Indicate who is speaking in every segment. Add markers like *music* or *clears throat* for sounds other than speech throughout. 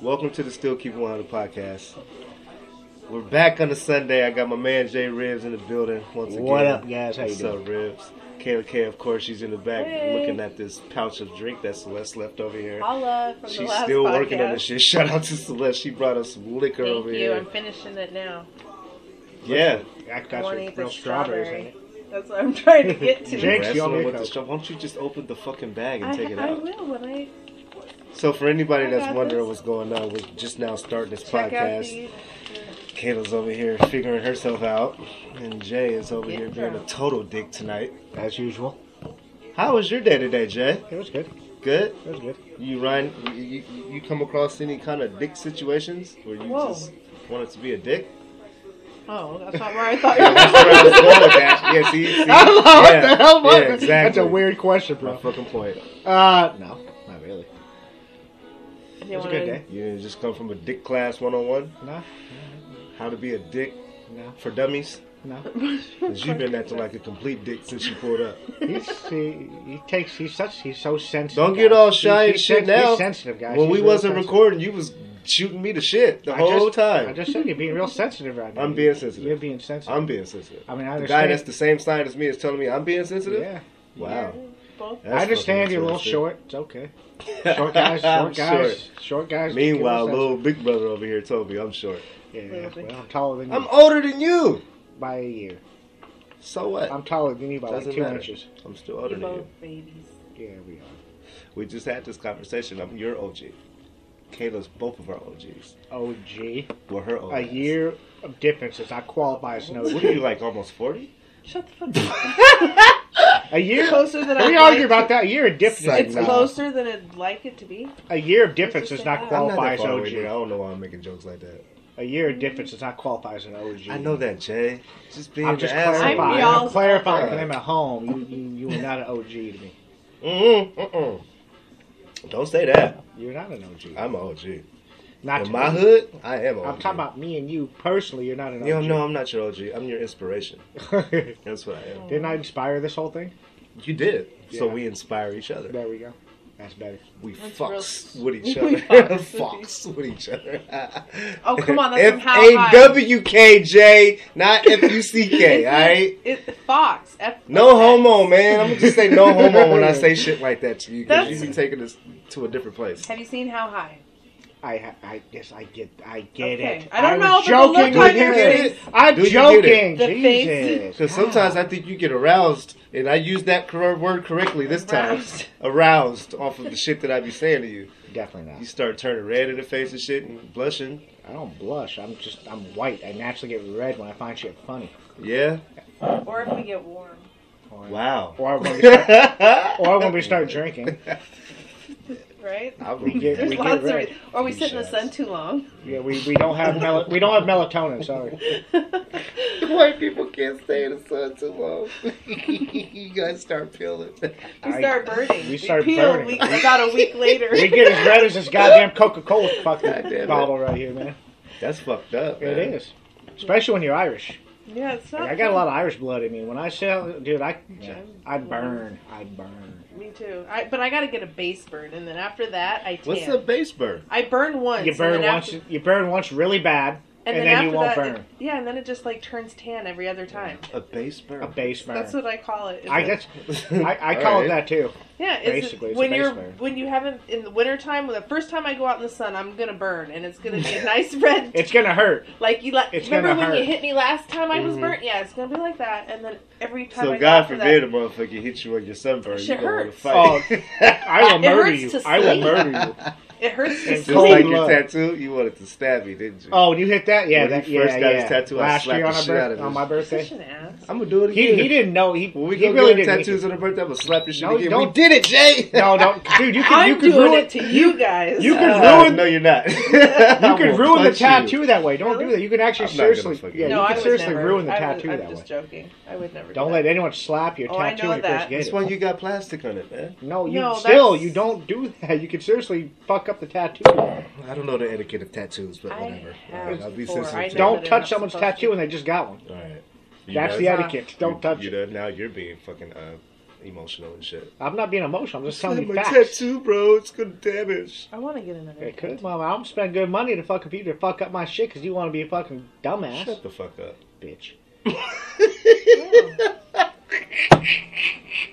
Speaker 1: Welcome to the Still Keep 100 podcast. We're back on a Sunday. I got my man Jay Ribs in the building once again.
Speaker 2: What up, guys? How you
Speaker 1: What's
Speaker 2: doing?
Speaker 1: up, Ribs? Kayla K, of course, she's in the back
Speaker 3: Hey.
Speaker 1: looking at this pouch of drink that Celeste left over here.
Speaker 3: Paula from the
Speaker 1: She's
Speaker 3: last
Speaker 1: still
Speaker 3: podcast.
Speaker 1: working on this shit. *laughs* Shout out to Celeste. She brought us liquor
Speaker 3: Thank
Speaker 1: over
Speaker 3: you.
Speaker 1: here.
Speaker 3: I'm finishing it now.
Speaker 1: Yeah.
Speaker 2: I got
Speaker 3: One
Speaker 2: some
Speaker 3: eighth
Speaker 2: real
Speaker 3: of
Speaker 2: strawberries in it.
Speaker 3: That's what I'm
Speaker 1: *laughs*
Speaker 3: trying to get to.
Speaker 2: Jake,
Speaker 1: Wrestling
Speaker 2: y'all make
Speaker 1: with the
Speaker 2: up.
Speaker 1: straw- Why don't you just open the fucking bag and
Speaker 3: I,
Speaker 1: take it
Speaker 3: I
Speaker 1: out?
Speaker 3: will when I
Speaker 1: So for anybody
Speaker 3: I
Speaker 1: that's
Speaker 3: got
Speaker 1: wondering
Speaker 3: this.
Speaker 1: what's going on, we're just now starting this
Speaker 3: check out
Speaker 1: podcast.
Speaker 3: these.
Speaker 1: Kayla's over here figuring herself out, and Jay is over
Speaker 3: Get
Speaker 1: here being a
Speaker 3: drunk.
Speaker 1: total dick tonight.
Speaker 2: As usual.
Speaker 1: How was your day today, Jay?
Speaker 2: It was good.
Speaker 1: Good.
Speaker 2: It was
Speaker 1: *laughs*
Speaker 2: good.
Speaker 1: You Ryan, you, you, you come across any kind of dick situations where you
Speaker 3: Whoa.
Speaker 1: just wanted to be a dick? *laughs*
Speaker 3: Oh, that's not where I thought you
Speaker 1: Yeah, that's
Speaker 3: were.
Speaker 1: where I was going with that. Yeah, see, see?
Speaker 2: I don't know
Speaker 1: Yeah,
Speaker 2: what the hell was
Speaker 1: yeah,
Speaker 2: that?
Speaker 1: exactly.
Speaker 2: That's a weird question,
Speaker 1: My
Speaker 2: bro.
Speaker 1: fucking point.
Speaker 2: Uh, no, not really. It
Speaker 3: You
Speaker 2: was a
Speaker 3: wanna-
Speaker 2: good day.
Speaker 1: You didn't just come from a dick class 101?
Speaker 2: No,
Speaker 1: How to be a dick
Speaker 2: no,
Speaker 1: for
Speaker 2: *laughs*
Speaker 1: dummies?
Speaker 2: no.
Speaker 1: 'Cause you've been acting like a complete dick since you pulled
Speaker 2: *laughs*
Speaker 1: up. *laughs*
Speaker 2: He's, he, he takes, he's such, he's so sensitive.
Speaker 1: Don't get
Speaker 2: guys.
Speaker 1: all shy
Speaker 2: He's-
Speaker 1: and
Speaker 2: he's
Speaker 1: shit
Speaker 2: sen-
Speaker 1: now.
Speaker 2: He's sensitive, guys.
Speaker 1: When
Speaker 2: He's
Speaker 1: we
Speaker 2: real
Speaker 1: wasn't
Speaker 2: sensitive.
Speaker 1: recording, you was shooting me to shit the
Speaker 2: I
Speaker 1: whole
Speaker 2: just- I
Speaker 1: time.
Speaker 2: just said you're being real sensitive right now.
Speaker 1: I'm being sensitive.
Speaker 2: You're being sensitive.
Speaker 1: I'm being sensitive.
Speaker 2: I mean, I
Speaker 1: the guy
Speaker 2: understand.
Speaker 1: that's the same side as me is telling me I'm being sensitive.
Speaker 2: yeah.
Speaker 1: Wow.
Speaker 3: Both.
Speaker 1: That's
Speaker 2: I understand
Speaker 1: fucking
Speaker 2: you're a little
Speaker 1: interesting.
Speaker 2: short.
Speaker 1: *laughs*
Speaker 2: It's okay. Short guys, short
Speaker 1: I'm
Speaker 2: guys,
Speaker 1: short.
Speaker 2: short, guys.
Speaker 1: Meanwhile,
Speaker 2: give us
Speaker 1: little big brother over here told me I'm short.
Speaker 2: that- Yeah, well, I'm taller than you
Speaker 1: I'm older than you.
Speaker 2: by a year.
Speaker 1: So what? I'm,
Speaker 2: I'm taller than you by like
Speaker 1: Doesn't
Speaker 2: two
Speaker 1: matter.
Speaker 2: inches.
Speaker 1: still
Speaker 3: You
Speaker 1: older than you.
Speaker 3: both babies.
Speaker 2: Yeah, we are.
Speaker 1: We just had this conversation. I'm your OG. Kayla's both of our OGs.
Speaker 2: Oh, gee.
Speaker 1: Well, her OG.
Speaker 2: A year of difference does not qualify as no
Speaker 1: What are you like? Almost
Speaker 2: *laughs*
Speaker 1: forty?
Speaker 3: Shut
Speaker 1: *laughs*
Speaker 3: the fuck up.
Speaker 2: A year.
Speaker 3: closer than I
Speaker 2: we
Speaker 3: like
Speaker 2: argue
Speaker 3: to-
Speaker 2: about that. A year of difference.
Speaker 1: Like,
Speaker 3: It's
Speaker 1: nah.
Speaker 3: closer than I'd like it to be.
Speaker 2: A year of difference does
Speaker 3: I'm
Speaker 2: not
Speaker 3: not
Speaker 1: I'm not
Speaker 2: qualify
Speaker 1: that
Speaker 2: as
Speaker 1: far away. dude. I
Speaker 2: OG.
Speaker 1: don't know why I'm making jokes like that.
Speaker 2: A year of difference does not qualify as an OG.
Speaker 1: I know that, Jay. Just being
Speaker 2: Mm. I'm just
Speaker 1: an asshole.
Speaker 2: clarifying.
Speaker 3: I'm
Speaker 2: I'm,
Speaker 3: y'all's
Speaker 2: clarifying
Speaker 1: other.
Speaker 2: for them at home. You, you, you are not an OG to me.
Speaker 1: Mm-mm, Mm-hmm. mm-mm. Don't say that.
Speaker 2: You're not an OG.
Speaker 1: I'm an OG.
Speaker 2: not
Speaker 1: In
Speaker 2: to
Speaker 1: my
Speaker 2: me.
Speaker 1: hood, Uh, I am OG.
Speaker 2: I'm talking about me and you personally. You're not an OG.
Speaker 1: You don't know I'm not your OG. I'm your inspiration. That's what I am.
Speaker 2: *laughs* Didn't I inspire this whole thing?
Speaker 1: You did. So
Speaker 2: Yeah.
Speaker 1: we inspire each other.
Speaker 2: There we go. That's better.
Speaker 1: We
Speaker 3: That's
Speaker 1: fucks
Speaker 3: real-
Speaker 1: with each
Speaker 3: *laughs* We
Speaker 1: other.
Speaker 3: fucks
Speaker 1: *laughs*
Speaker 3: with
Speaker 1: Fucks with each
Speaker 3: *laughs*
Speaker 1: other.
Speaker 3: Oh, come on, that's
Speaker 1: F
Speaker 3: from How
Speaker 1: A
Speaker 3: High.
Speaker 1: W K J, not F U C K.
Speaker 3: *laughs* It's
Speaker 1: All right.
Speaker 3: It, Fox. F-
Speaker 1: No homo, man. I'm gonna just say no homo when I say shit like that to you because
Speaker 3: That's-
Speaker 1: you be taking this to a different place.
Speaker 3: Have you seen How High?
Speaker 2: I ha- I yes I get I get
Speaker 3: Okay.
Speaker 2: it.
Speaker 3: I don't
Speaker 2: was
Speaker 3: know, but the
Speaker 2: joking
Speaker 3: look on
Speaker 2: with
Speaker 3: your
Speaker 2: him.
Speaker 1: face-
Speaker 2: I'm
Speaker 1: Do you get
Speaker 2: joking.
Speaker 1: it?
Speaker 3: The face-
Speaker 2: Jesus.
Speaker 1: Because sometimes I think you get aroused, and I use that cor- word correctly this time.
Speaker 3: Aroused.
Speaker 1: Aroused off of the shit that I be saying to you.
Speaker 2: Definitely
Speaker 1: You
Speaker 2: not.
Speaker 1: start turning red in the face and shit and blushing.
Speaker 2: I don't blush. I'm just I'm white. I naturally get red when I find shit funny.
Speaker 1: Yeah.
Speaker 3: Or if we get warm.
Speaker 2: Or,
Speaker 1: Wow.
Speaker 2: *laughs* Or when we start,
Speaker 1: *laughs* I
Speaker 2: or when we start drinking.
Speaker 3: Right?
Speaker 1: would
Speaker 2: We get-
Speaker 1: get
Speaker 3: There's
Speaker 2: we
Speaker 3: lots of
Speaker 2: red.
Speaker 3: reasons. Or we sit in the
Speaker 1: Jesus.
Speaker 3: sun too long.
Speaker 2: Yeah, we, we don't have mel- we don't have melatonin. Sorry.
Speaker 1: *laughs* White people can't stay in the sun too
Speaker 2: *laughs*
Speaker 1: long. you guys start peeling.
Speaker 3: We
Speaker 2: I-
Speaker 3: start burning.
Speaker 2: we start
Speaker 3: peel
Speaker 2: burning.
Speaker 3: A week, about a week later.
Speaker 2: We get as red as this goddamn Coca Cola
Speaker 1: Goddamn
Speaker 2: fucking
Speaker 1: it.
Speaker 2: bottle right here, man.
Speaker 1: That's fucked up.
Speaker 2: It
Speaker 1: man.
Speaker 2: is. Especially when you're Irish.
Speaker 3: yeah, it's not
Speaker 2: Like, I got a lot of Irish blood in me. When I sell, dude, I
Speaker 3: Yeah.
Speaker 2: I burn. I burn.
Speaker 3: of. Me too. I, but I got to get a base burn, and then after that, I tan.
Speaker 1: What's a base burn?
Speaker 3: I burn once.
Speaker 2: You burn
Speaker 3: and then
Speaker 2: once.
Speaker 3: after,
Speaker 2: you burn once really bad, and, then, you
Speaker 3: after
Speaker 2: won't
Speaker 3: that,
Speaker 2: burn.
Speaker 3: It, yeah, and then it just like turns tan every other time.
Speaker 1: A base burn.
Speaker 2: a base burn.
Speaker 3: That's what I call it.
Speaker 2: I guess I,
Speaker 1: *laughs*
Speaker 2: I call it that too.
Speaker 3: Yeah, it's
Speaker 2: Basically, it's a
Speaker 3: when
Speaker 2: base
Speaker 3: you're
Speaker 2: burn.
Speaker 3: when you haven't in the wintertime, the first time I go out in the sun, I'm gonna burn, and it's gonna be a
Speaker 2: *laughs*
Speaker 3: nice red.
Speaker 2: It's gonna
Speaker 1: *laughs*
Speaker 2: hurt.
Speaker 3: like you, like
Speaker 2: it's
Speaker 3: remember
Speaker 2: gonna
Speaker 3: when you
Speaker 2: hurt. Mm-hmm.
Speaker 3: hit me last time I was
Speaker 1: Mhm.
Speaker 3: burnt? Yeah, it's gonna be like that, and then every time. I
Speaker 1: So
Speaker 3: go
Speaker 1: God
Speaker 3: after
Speaker 1: forbid
Speaker 3: that,
Speaker 1: a motherfucker hit you on your sunburn.
Speaker 3: Shit
Speaker 1: you gonna wanna
Speaker 3: hurts.
Speaker 1: fight.
Speaker 2: Oh, I will
Speaker 3: It
Speaker 2: murder
Speaker 3: hurts
Speaker 2: you.
Speaker 3: to
Speaker 2: I will
Speaker 3: see.
Speaker 2: murder you.
Speaker 3: it hurts.
Speaker 2: And
Speaker 3: To
Speaker 1: Just
Speaker 2: cold
Speaker 1: like
Speaker 2: blood.
Speaker 1: your tattoo, you wanted to stab me, didn't you?
Speaker 2: Oh, when you hit that, yeah,
Speaker 1: When
Speaker 2: that
Speaker 1: he
Speaker 2: yeah,
Speaker 1: first got his
Speaker 2: yeah.
Speaker 1: tattoo, I
Speaker 2: Last
Speaker 1: slapped
Speaker 2: year on,
Speaker 1: the
Speaker 2: our
Speaker 1: shit out of
Speaker 2: birth, on
Speaker 1: his-
Speaker 2: my birthday,
Speaker 3: Such an ass.
Speaker 1: I'm gonna do it
Speaker 2: he,
Speaker 1: again. *laughs*
Speaker 2: he didn't know. He
Speaker 1: When we
Speaker 2: he
Speaker 1: go
Speaker 2: really
Speaker 1: get
Speaker 2: didn't.
Speaker 1: tattoos on the birthday, I'm gonna slap your shit
Speaker 2: No,
Speaker 1: again. We
Speaker 2: don't-
Speaker 1: did it, Jay.
Speaker 2: No, no, dude,
Speaker 3: *laughs*
Speaker 2: you can
Speaker 3: I'm
Speaker 2: you can
Speaker 3: doing
Speaker 2: ruin
Speaker 3: it to you guys.
Speaker 2: you can
Speaker 1: Uh,
Speaker 2: ruin-
Speaker 1: No, you're *laughs* not. you
Speaker 2: You can ruin the tattoo that way. Don't do
Speaker 3: Really?
Speaker 2: that. You can actually
Speaker 1: I'm not gonna
Speaker 2: seriously,
Speaker 1: fucking-
Speaker 2: yeah,
Speaker 1: No,
Speaker 2: you
Speaker 3: I
Speaker 2: can
Speaker 3: would
Speaker 2: seriously
Speaker 3: never.
Speaker 2: ruin the
Speaker 3: I would-
Speaker 2: tattoo
Speaker 3: I'm
Speaker 2: that way.
Speaker 3: just joking. I would never.
Speaker 2: Don't
Speaker 3: do
Speaker 2: let
Speaker 3: that.
Speaker 2: anyone slap your
Speaker 3: Oh, I
Speaker 2: tattoo
Speaker 3: know
Speaker 2: when you
Speaker 3: that.
Speaker 2: first get
Speaker 1: That's
Speaker 2: it.
Speaker 1: why you got plastic on it, man.
Speaker 2: No, you
Speaker 3: No,
Speaker 2: still
Speaker 3: that's-
Speaker 2: you don't do that. You can seriously fuck up the tattoo.
Speaker 1: I don't know the etiquette of tattoos, but
Speaker 3: I
Speaker 1: whatever.
Speaker 3: have
Speaker 1: Alright, I'll be
Speaker 3: four. I
Speaker 1: sensitive. to
Speaker 3: know
Speaker 2: Don't
Speaker 1: it.
Speaker 3: they're
Speaker 2: touch
Speaker 3: not
Speaker 2: someone's
Speaker 3: supposed to.
Speaker 2: tattoo and they just got one.
Speaker 1: All right. You
Speaker 2: That's
Speaker 1: know,
Speaker 2: the
Speaker 3: That's
Speaker 2: etiquette. Don't touch
Speaker 1: you
Speaker 2: it.
Speaker 1: know, now you're being fucking uh, emotional and shit.
Speaker 2: I'm not being emotional. I'm just telling you
Speaker 1: my
Speaker 2: facts.
Speaker 1: tattoo, bro. It's gonna damage.
Speaker 3: I want to get another.
Speaker 2: It could, mama. I'm spending good money to fucking people to fuck up my shit because you want to be a fucking dumbass,
Speaker 1: Shut the fuck *laughs* up.
Speaker 2: bitch.
Speaker 3: Yeah.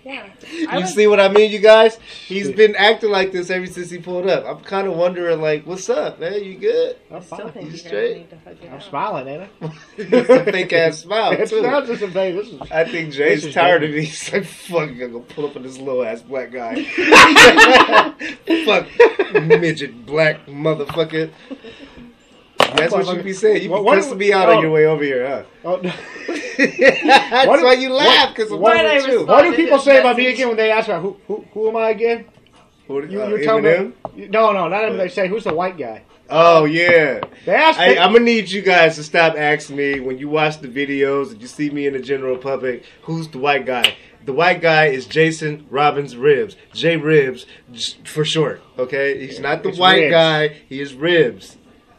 Speaker 3: yeah. I
Speaker 1: you
Speaker 3: would-
Speaker 1: see what I mean, you guys? He's
Speaker 2: Shit.
Speaker 1: been acting like this ever since he pulled up. I'm kind of wondering, like, what's up, man? You good? *laughs*
Speaker 2: I'm
Speaker 3: I still
Speaker 2: fine.
Speaker 3: think
Speaker 1: You
Speaker 3: you guys
Speaker 1: straight?
Speaker 3: need to hug it
Speaker 2: I'm
Speaker 3: out.
Speaker 2: smiling, ain't I?
Speaker 1: *laughs* it's a fake
Speaker 2: *laughs*
Speaker 1: ass smile
Speaker 2: It's
Speaker 1: too.
Speaker 2: not just a thing. This is
Speaker 3: *laughs*
Speaker 1: I think
Speaker 2: This
Speaker 1: Jay's
Speaker 2: is
Speaker 1: tired of
Speaker 2: different.
Speaker 1: me. He's *laughs* like, fuck, I'm gonna pull up on this little ass black guy. fuck, midget black motherfucker. That's what you be saying. You be
Speaker 2: What- what-
Speaker 1: pissing me out on
Speaker 2: oh.
Speaker 1: your way over here,
Speaker 2: *laughs*
Speaker 1: huh?
Speaker 2: Oh, no.
Speaker 1: That's
Speaker 2: What-
Speaker 1: why you laugh, because I'm
Speaker 2: what-
Speaker 1: one
Speaker 3: Why'd
Speaker 1: with
Speaker 3: I
Speaker 1: you.
Speaker 3: respond?
Speaker 2: what do people say about me
Speaker 3: Message.
Speaker 2: again when they ask about who who, who am I again?
Speaker 1: Who did-
Speaker 2: You,
Speaker 1: uh,
Speaker 2: you're telling
Speaker 1: Eminem?
Speaker 2: me? No, no, not Eminem. They say who's the white guy?
Speaker 1: Oh, yeah.
Speaker 2: They ask. *laughs*
Speaker 1: Hey,
Speaker 2: me.
Speaker 1: I'm gonna need you guys to stop asking me when you watch the videos and you see me in the general public. Who's the white guy? The white guy is Jason Robbins Ribs, J Ribs j- for short. Okay, he's not the
Speaker 2: It's
Speaker 1: white
Speaker 2: Ribs.
Speaker 1: guy. He is Ribs.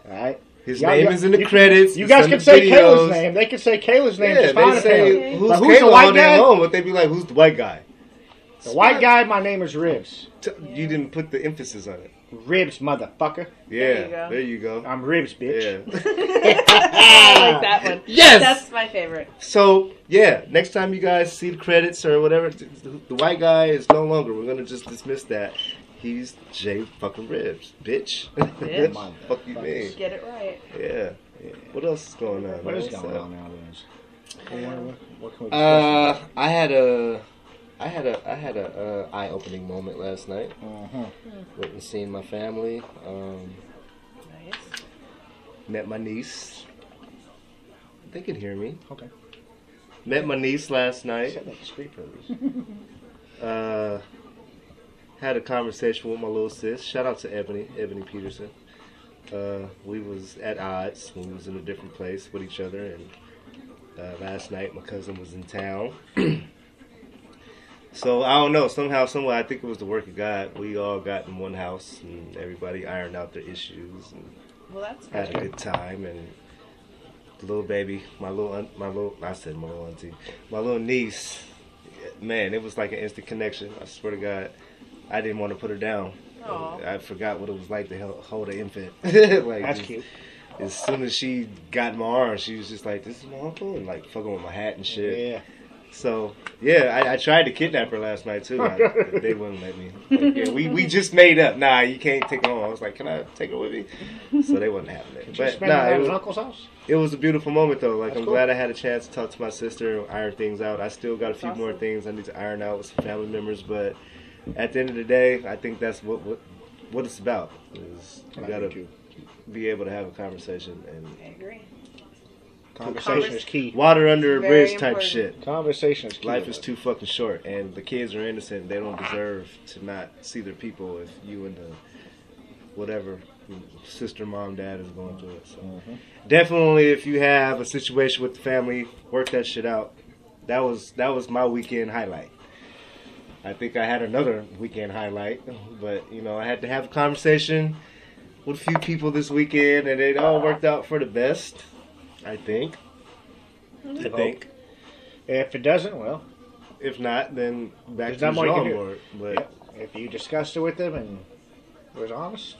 Speaker 2: All right.
Speaker 1: His
Speaker 2: Y'all-
Speaker 1: name
Speaker 2: y'all-
Speaker 1: is in the
Speaker 2: you-
Speaker 1: credits.
Speaker 2: You
Speaker 1: it's
Speaker 2: guys
Speaker 1: in
Speaker 2: can
Speaker 1: the
Speaker 2: say Kayla's
Speaker 1: videos.
Speaker 2: name. They can say Kayla's name.
Speaker 1: Yeah,
Speaker 2: just fine
Speaker 1: they
Speaker 2: if
Speaker 1: say
Speaker 3: him.
Speaker 1: who's,
Speaker 2: But
Speaker 1: Kayla
Speaker 2: who's the
Speaker 1: all
Speaker 2: white
Speaker 1: day
Speaker 2: guy?
Speaker 1: long, but they be like, who's the white guy?
Speaker 2: The white guy. My name is Ribs.
Speaker 1: T- You didn't put the emphasis on it.
Speaker 2: Ribs, motherfucker.
Speaker 3: There
Speaker 1: Yeah,
Speaker 3: you go.
Speaker 1: there you go.
Speaker 2: I'm Ribs, bitch.
Speaker 1: Yeah.
Speaker 3: *laughs* I like that one.
Speaker 1: Yes!
Speaker 3: that's my favorite.
Speaker 1: So yeah, next time you guys see the credits or whatever, th- th- the white guy is no longer. We're gonna just dismiss that. He's Jay fucking Ribs, bitch. *laughs*
Speaker 3: Bitch.
Speaker 1: What the fuck you mean?
Speaker 3: Get it right.
Speaker 1: Yeah. What else is going on?
Speaker 2: What is
Speaker 1: man?
Speaker 2: going
Speaker 1: So-
Speaker 2: on nowadays? What can we
Speaker 1: Uh, I had a, I had a, I had a uh, eye-opening moment last night.
Speaker 2: uh
Speaker 1: Went and seen my family. Um,
Speaker 3: Nice.
Speaker 1: met my niece. They can hear me.
Speaker 2: Okay.
Speaker 1: Met my niece last night.
Speaker 2: Shut that street for a reason.
Speaker 1: *laughs* uh, had a conversation with my little sis. Shout out to Ebony, Ebony Peterson. Uh, we was at odds. We was in a different place with each other, and uh, last night my cousin was in town. *clears throat* so I don't know. Somehow, somewhere, I think it was the work of God. We all got in one house, and everybody ironed out their issues. And
Speaker 3: Well, that's
Speaker 1: had a
Speaker 3: good.
Speaker 1: good time and the little baby, my little aunt, my little I said my little auntie, my little niece. Man, it was like an instant connection. I swear to God, I didn't want to put her down.
Speaker 3: Aw.
Speaker 1: I forgot what it was like to hel- hold an infant. *laughs* like
Speaker 2: That's
Speaker 1: just-
Speaker 2: cute.
Speaker 1: As soon as she got in my arms, she was just like, "This is my uncle," and like fucking with my hat and shit.
Speaker 2: Yeah.
Speaker 1: So yeah, I, I tried to kidnap her last night too. I- they wouldn't let me. Like, yeah, we, we just made up. Nah, you can't take her home. I was like, can I take her with me? So they wouldn't have it.
Speaker 2: Did you
Speaker 1: But
Speaker 2: spend it
Speaker 1: nah,
Speaker 2: at
Speaker 1: it
Speaker 2: his
Speaker 1: was,
Speaker 2: uncle's house?
Speaker 1: it was a beautiful moment though. Like
Speaker 2: That's
Speaker 1: I'm
Speaker 2: cool.
Speaker 1: glad I had a chance to talk to my sister, and iron things out. I still got a
Speaker 3: That's
Speaker 1: few more
Speaker 3: awesome.
Speaker 1: things I need to iron out with some family members. But at the end of the day, I think that's what what what it's about. Is you gotta be able to have a conversation and
Speaker 3: I agree.
Speaker 2: Conversation is key.
Speaker 1: water under a
Speaker 3: Very
Speaker 1: bridge type
Speaker 3: important.
Speaker 1: shit.
Speaker 2: Conversation is key.
Speaker 1: Life is too fucking short, and the kids are innocent. They don't deserve to not see their people if you and the whatever sister, mom, dad is going through it. So
Speaker 2: Mhm.
Speaker 1: definitely, if you have a situation with the family, work that shit out. That was that was my weekend highlight. I think I had another weekend highlight, but you know I had to have a conversation with a few people this weekend, and it all worked out for the best. I think. I
Speaker 2: Hope.
Speaker 1: think.
Speaker 2: If it doesn't, well,
Speaker 1: If not, then back
Speaker 2: There's
Speaker 1: to the
Speaker 2: not more you can
Speaker 1: drawing
Speaker 2: do.
Speaker 1: board. But
Speaker 2: if you discussed it with them and was honest,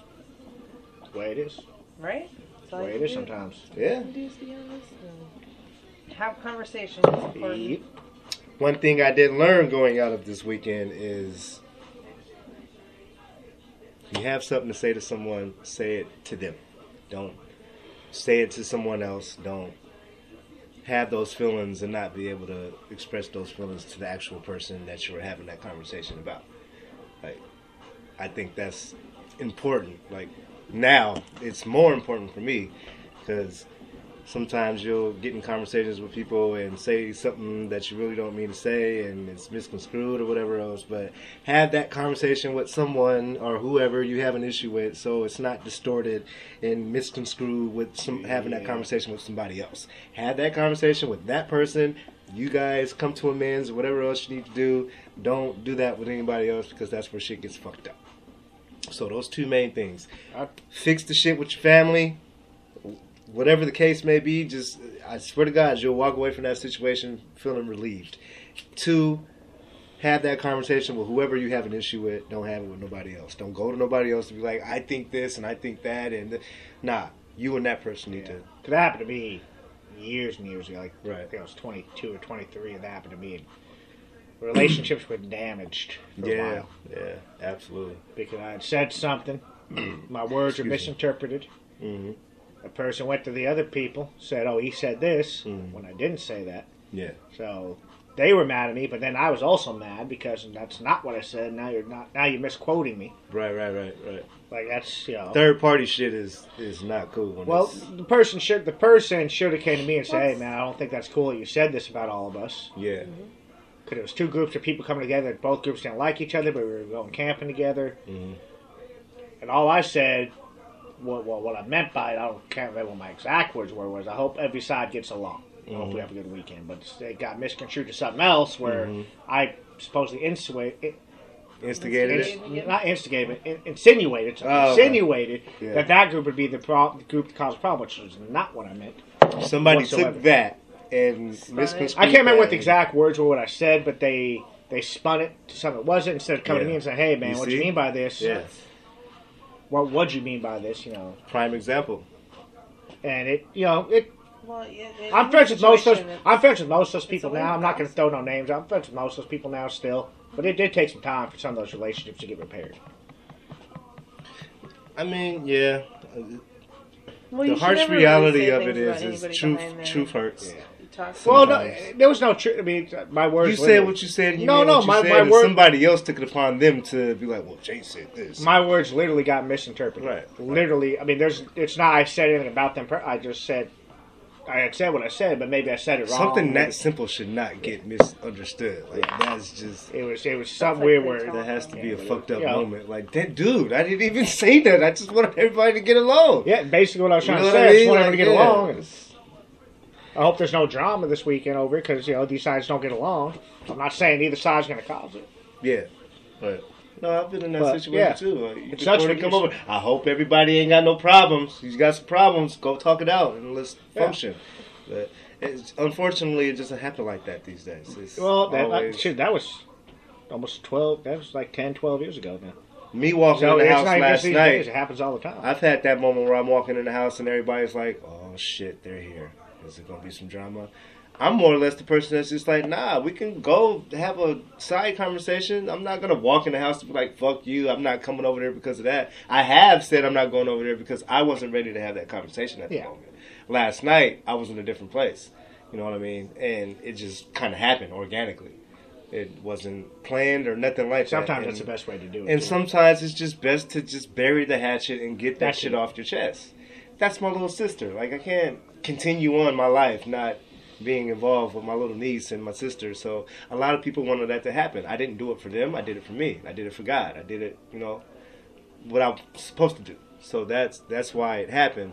Speaker 2: it's the way it is.
Speaker 3: Right? That's
Speaker 2: It's the
Speaker 3: all
Speaker 2: way
Speaker 3: you
Speaker 2: it is
Speaker 3: can do.
Speaker 2: sometimes.
Speaker 1: yeah,
Speaker 3: You do is be honest and Have conversations. It's important.
Speaker 1: one thing I did learn going out of this weekend is if you have something to say to someone, say it to them. Don't say it to someone else. Don't have those feelings and not be able to express those feelings to the actual person that you were having that conversation about. Like, I think that's important. Like, now it's more important for me because sometimes you'll get in conversations with people and say something that you really don't mean to say and it's misconstrued or whatever else but have that conversation with someone or whoever you have an issue with so it's not distorted and misconstrued with some having that
Speaker 2: Yeah.
Speaker 1: conversation with somebody else have that conversation with that person you guys come to amends whatever else you need to do don't do that with anybody else because that's where shit gets fucked up so those two main things
Speaker 2: I-
Speaker 1: fix the shit with your family. Whatever the case may be, just I swear to God, you'll walk away from that situation feeling relieved. Two, have that conversation with whoever you have an issue with. Don't have it with nobody else. Don't go to nobody else to be like, I think this and I think that and th-. nah. You and that person need
Speaker 2: Yeah.
Speaker 1: to.
Speaker 2: 'Cause that happened to me years and years ago. Like, I
Speaker 1: Right.
Speaker 2: think I was 22 or 23, and that happened to me. And relationships were damaged for a
Speaker 1: Yeah,
Speaker 2: while
Speaker 1: yeah, absolutely.
Speaker 2: because I had said
Speaker 1: *clears throat*
Speaker 2: something. My words were
Speaker 1: Excuse me.
Speaker 2: misinterpreted.
Speaker 1: hmm
Speaker 2: A person went to the other people, said, "Oh, he said this,"
Speaker 1: Mhm.
Speaker 2: when I didn't say that.
Speaker 1: Yeah,
Speaker 2: So they were mad at me, but then I was also mad because that's not what I said. Now you're not. Now you're misquoting me.
Speaker 1: right, right, right, right.
Speaker 2: Like that's you know.
Speaker 1: Third party shit is is not cool. When
Speaker 2: Well,
Speaker 1: it's-
Speaker 2: the person should the person should have came to me and said, "Hey,
Speaker 3: What's-
Speaker 2: man, I don't think that's cool. that You said this about all of us
Speaker 1: yeah,
Speaker 2: mm-hmm. because it was two groups of people coming together. and Both groups didn't like each other, but we were going camping together.
Speaker 1: Mhm.
Speaker 2: And all I said, what, what what I meant by it, I don't can't remember what my exact words were. Was I hope every side gets along. I hope
Speaker 1: Mm-hmm.
Speaker 2: we have a good weekend. But it got misconstrued to something else where
Speaker 1: Mm-hmm.
Speaker 2: I supposedly insinuated,
Speaker 1: instigated it.
Speaker 3: Instigated.
Speaker 2: ins- not instigated, but in- insinuated,
Speaker 1: Oh, okay.
Speaker 2: insinuated
Speaker 1: Yeah.
Speaker 2: that that group would be the, pro- the group that caused the problem, which was not what I meant.
Speaker 1: Somebody
Speaker 2: whatsoever.
Speaker 1: took that and misconstrued.
Speaker 2: I can't remember what
Speaker 1: that.
Speaker 2: the exact words were what I said, but they they spun it to something it wasn't instead of coming to
Speaker 1: Yeah.
Speaker 2: me and saying, "Hey, man,
Speaker 1: You
Speaker 2: what
Speaker 1: see?
Speaker 2: you mean by this?
Speaker 1: Yeah,
Speaker 2: What would you mean by this? You know?"
Speaker 1: prime example.
Speaker 2: And it, you know, it.
Speaker 3: Well, yeah, in
Speaker 2: I'm
Speaker 3: any
Speaker 2: friends with most of those.
Speaker 3: situation,
Speaker 2: I'm friends with most of those
Speaker 3: it's
Speaker 2: people
Speaker 3: a win
Speaker 2: now. I'm not going to
Speaker 3: process.
Speaker 2: throw no names. I'm friends with most of those people now still, but it did take some time for some of those relationships to get repaired.
Speaker 1: I mean, yeah.
Speaker 3: well,
Speaker 1: The
Speaker 3: you should
Speaker 1: harsh
Speaker 3: never really
Speaker 1: reality
Speaker 3: say
Speaker 1: of it
Speaker 3: things about
Speaker 1: is,
Speaker 3: anybody
Speaker 1: is truth.
Speaker 3: behind their-
Speaker 1: Truth hurts.
Speaker 3: you talk-
Speaker 2: Well, no,
Speaker 1: Sometimes.
Speaker 2: there was no. Tr- I mean, my words.
Speaker 1: You
Speaker 2: literally-
Speaker 1: said what you said. And you
Speaker 2: No,
Speaker 1: no,
Speaker 2: no,
Speaker 1: no, what you
Speaker 2: my-
Speaker 1: said,
Speaker 2: my
Speaker 1: and
Speaker 2: word-
Speaker 1: Somebody else took it upon them to be like, "Well, Jay said this."
Speaker 2: My words literally got misinterpreted.
Speaker 1: Right.
Speaker 2: Literally, I mean, there's. It's not I said anything about them. per- I just said, I had said what I said, but maybe I said it wrong.
Speaker 1: Something
Speaker 2: Maybe-
Speaker 1: that simple should not get misunderstood. Like that's just
Speaker 2: it was. It was some
Speaker 3: like
Speaker 2: weird
Speaker 3: pretty
Speaker 2: word.
Speaker 1: that has to be a
Speaker 2: Yeah.
Speaker 1: fucked up
Speaker 2: Yeah.
Speaker 1: moment. Like that dude, I didn't even *laughs* say that. I just wanted everybody to get along.
Speaker 2: Yeah, basically what I was
Speaker 1: You
Speaker 2: trying
Speaker 1: know
Speaker 2: to
Speaker 1: what
Speaker 2: say.
Speaker 1: I
Speaker 2: I, just
Speaker 1: mean?
Speaker 2: want everyone to get
Speaker 1: Like, yeah.
Speaker 2: along. and I hope there's no drama this weekend over because you know these sides don't get along. I'm not saying either side's going to cause it.
Speaker 1: Yeah, but no, I've been in that
Speaker 2: But,
Speaker 1: situation
Speaker 2: yeah.
Speaker 1: too. Like, you
Speaker 2: It sucks
Speaker 1: before
Speaker 2: when
Speaker 1: they come
Speaker 2: you-
Speaker 1: over. I hope everybody ain't got no problems. You got some problems, go talk it out and let's
Speaker 2: Yeah.
Speaker 1: function. But it's, unfortunately, it doesn't happen like that these days. It's
Speaker 2: Well, that,
Speaker 1: always-
Speaker 2: that, shit, that was almost 12. That was like 10, 12 years ago now.
Speaker 1: me walking
Speaker 2: So
Speaker 1: in the
Speaker 2: it's
Speaker 1: house
Speaker 2: not even just
Speaker 1: last
Speaker 2: these
Speaker 1: night.
Speaker 2: days. It happens all the time.
Speaker 1: I've had that moment where I'm walking in the house and everybody's like, "Oh shit, they're here. Is it gonna be some drama?" I'm more or less the person that's just like, "Nah, we can go have a side conversation. I'm not gonna walk in the house and be like, fuck you. I'm not coming over there because of that." I have said I'm not going over there because I wasn't ready to have that conversation at
Speaker 2: Yeah.
Speaker 1: the moment. Last night I was in a different place. You know what I mean? And it just kind of happened organically. It wasn't planned or nothing like that.
Speaker 2: Sometimes that's
Speaker 1: And-
Speaker 2: the best way to do it.
Speaker 1: and
Speaker 2: too.
Speaker 1: sometimes it's just best to just bury the hatchet and get that
Speaker 2: That's
Speaker 1: shit
Speaker 2: it.
Speaker 1: off your chest. That's my little sister. Like I can't continue on my life not being involved with my little niece and my sister. So a lot of people wanted that to happen. I didn't do it for them. I did it for me. I did it for God. I did it, you know, what I'm supposed to do. So that's that's why it happened.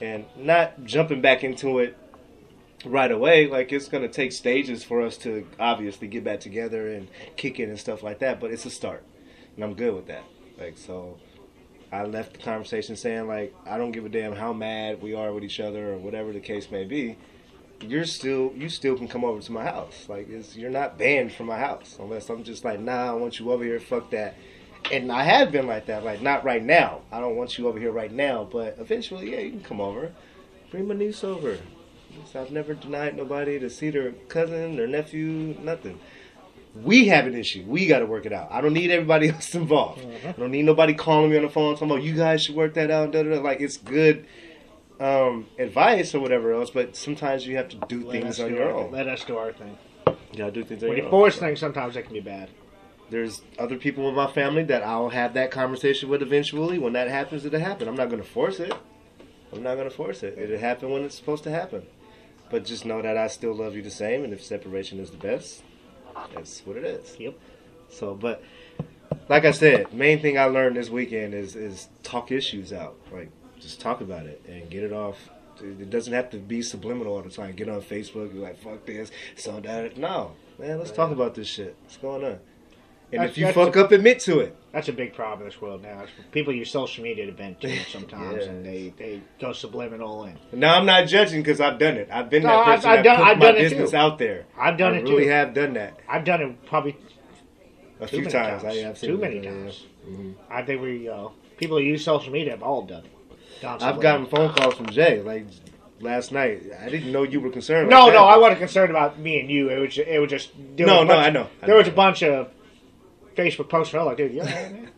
Speaker 1: And not jumping back into it right away. Like it's gonna take stages for us to obviously get back together and kick it and stuff like that. But it's a start, and I'm good with that. Like so, I left the conversation saying like I don't give a damn how mad we are with each other or whatever the case may be. You're still you still can come over to my house. Like it's, you're not banned from my house unless I'm just like nah I want you over here. Fuck that. And I have been like that, like not right now. I don't want you over here right now, but eventually, yeah, you can come over. Bring my niece over. So I've never denied nobody to see their cousin, their nephew, nothing. We have an issue. We got to work it out. I don't need everybody *laughs* else involved.
Speaker 2: Mm-hmm.
Speaker 1: I don't need nobody calling me on the phone talking about you guys should work that out. Da, da, da. Like it's good um, advice or whatever else, but sometimes you have to do
Speaker 2: Let us
Speaker 1: things on
Speaker 2: do
Speaker 1: your
Speaker 2: our-
Speaker 1: own.
Speaker 2: Let us do our thing.
Speaker 1: You gotta do things on
Speaker 2: When
Speaker 1: your
Speaker 2: you
Speaker 1: own.
Speaker 2: force things, sometimes they can be bad.
Speaker 1: There's other people in my family that I'll have that conversation with eventually. When that happens, it'll happen. I'm not gonna force it. I'm not gonna force it. It'll happen when it's supposed to happen. But just know that I still love you the same, and if separation is the best, that's what it is.
Speaker 2: Yep.
Speaker 1: So, but like I said, main thing I learned this weekend is is talk issues out. Like, just talk about it and get it off. It doesn't have to be subliminal all the time. Get on Facebook, be like, fuck this, so that. No, man, let's talk about this shit. What's going on? And
Speaker 2: That's-
Speaker 1: if you
Speaker 2: that's
Speaker 1: fuck up, admit to it.
Speaker 2: That's a big problem in this world now. It's People use social media to vent to it sometimes,
Speaker 1: Yeah.
Speaker 2: and they, they go subliminal. And
Speaker 1: Now I'm not judging because I've done it. I've been
Speaker 2: No,
Speaker 1: that
Speaker 2: I've-
Speaker 1: person
Speaker 2: I've
Speaker 1: that
Speaker 2: done-
Speaker 1: put
Speaker 2: I've
Speaker 1: my
Speaker 2: done it
Speaker 1: business
Speaker 2: too.
Speaker 1: out there.
Speaker 2: I've done
Speaker 1: I
Speaker 2: it
Speaker 1: really
Speaker 2: too.
Speaker 1: have done that.
Speaker 2: I've done it probably
Speaker 1: A
Speaker 2: Too
Speaker 1: few
Speaker 2: many
Speaker 1: times. I, have Mm-hmm. seen
Speaker 2: Too
Speaker 1: it,
Speaker 2: many
Speaker 1: yeah.
Speaker 2: times. I think we uh, people who use social media have all done it. Done
Speaker 1: I've
Speaker 2: something.
Speaker 1: gotten phone calls from Jay like last night. I didn't know you were concerned.
Speaker 2: No,
Speaker 1: like
Speaker 2: no,
Speaker 1: that.
Speaker 2: I wasn't concerned about me and you. It was it was just there
Speaker 1: No,
Speaker 2: was a
Speaker 1: no,
Speaker 2: bunch-
Speaker 1: I know. I
Speaker 2: there
Speaker 1: know,
Speaker 2: was a
Speaker 1: I know.
Speaker 2: bunch of Facebook posts. and I was like,
Speaker 1: *laughs*
Speaker 2: dude, you all right, man?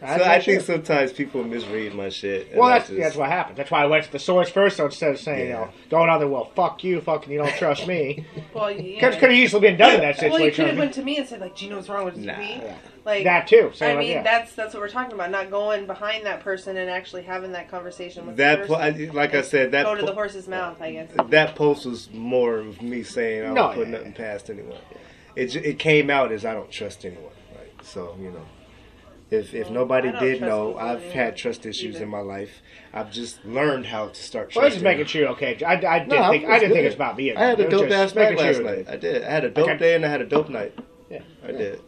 Speaker 1: So I think
Speaker 2: make sure.
Speaker 1: sometimes people misread my shit. and
Speaker 2: Well,
Speaker 1: I
Speaker 2: that's
Speaker 1: just-
Speaker 2: that's what happens. That's why I went to the source first, so instead of saying,
Speaker 1: Yeah.
Speaker 2: you know, going out there, well, fuck you, fucking, you don't trust
Speaker 1: *laughs*
Speaker 2: me.
Speaker 3: Well, yeah.
Speaker 2: Could have easily been done in that
Speaker 3: well, you could
Speaker 2: situation.
Speaker 3: have went to me and said like, "Do you know what's wrong with this
Speaker 1: um, Nah.
Speaker 3: weed?"
Speaker 2: Yeah.
Speaker 3: Like
Speaker 2: that too. So
Speaker 3: I
Speaker 2: like,
Speaker 3: mean,
Speaker 2: yeah.
Speaker 3: that's that's what we're talking about. Not going behind that person and actually having that conversation with
Speaker 1: That
Speaker 3: the
Speaker 1: po-
Speaker 3: person.
Speaker 1: I, like I said that
Speaker 3: go to
Speaker 1: po-
Speaker 3: the horse's mouth, I guess.
Speaker 1: that post was more of me saying I don't
Speaker 2: No,
Speaker 1: put
Speaker 2: yeah,
Speaker 1: nothing past anyone. It ju- it came out as I don't trust anyone. Like so, you know. If, if
Speaker 3: Well,
Speaker 1: nobody
Speaker 3: I don't
Speaker 1: did
Speaker 3: trust
Speaker 1: know,
Speaker 3: people
Speaker 1: I've
Speaker 3: anymore,
Speaker 1: had trust issues
Speaker 3: either.
Speaker 1: in my life. I've just learned how to start.
Speaker 2: well, this is
Speaker 1: trusting.
Speaker 2: making sure you're okay. I, I didn't
Speaker 1: I'm-
Speaker 2: think I didn't
Speaker 1: good.
Speaker 2: think it was about me.
Speaker 1: I had a
Speaker 2: It was
Speaker 1: dope
Speaker 2: just
Speaker 1: ass night
Speaker 2: making
Speaker 1: last
Speaker 2: sure-
Speaker 1: night. I did. I had a dope
Speaker 2: Okay.
Speaker 1: day and I had a dope night.
Speaker 2: Yeah.
Speaker 1: I did.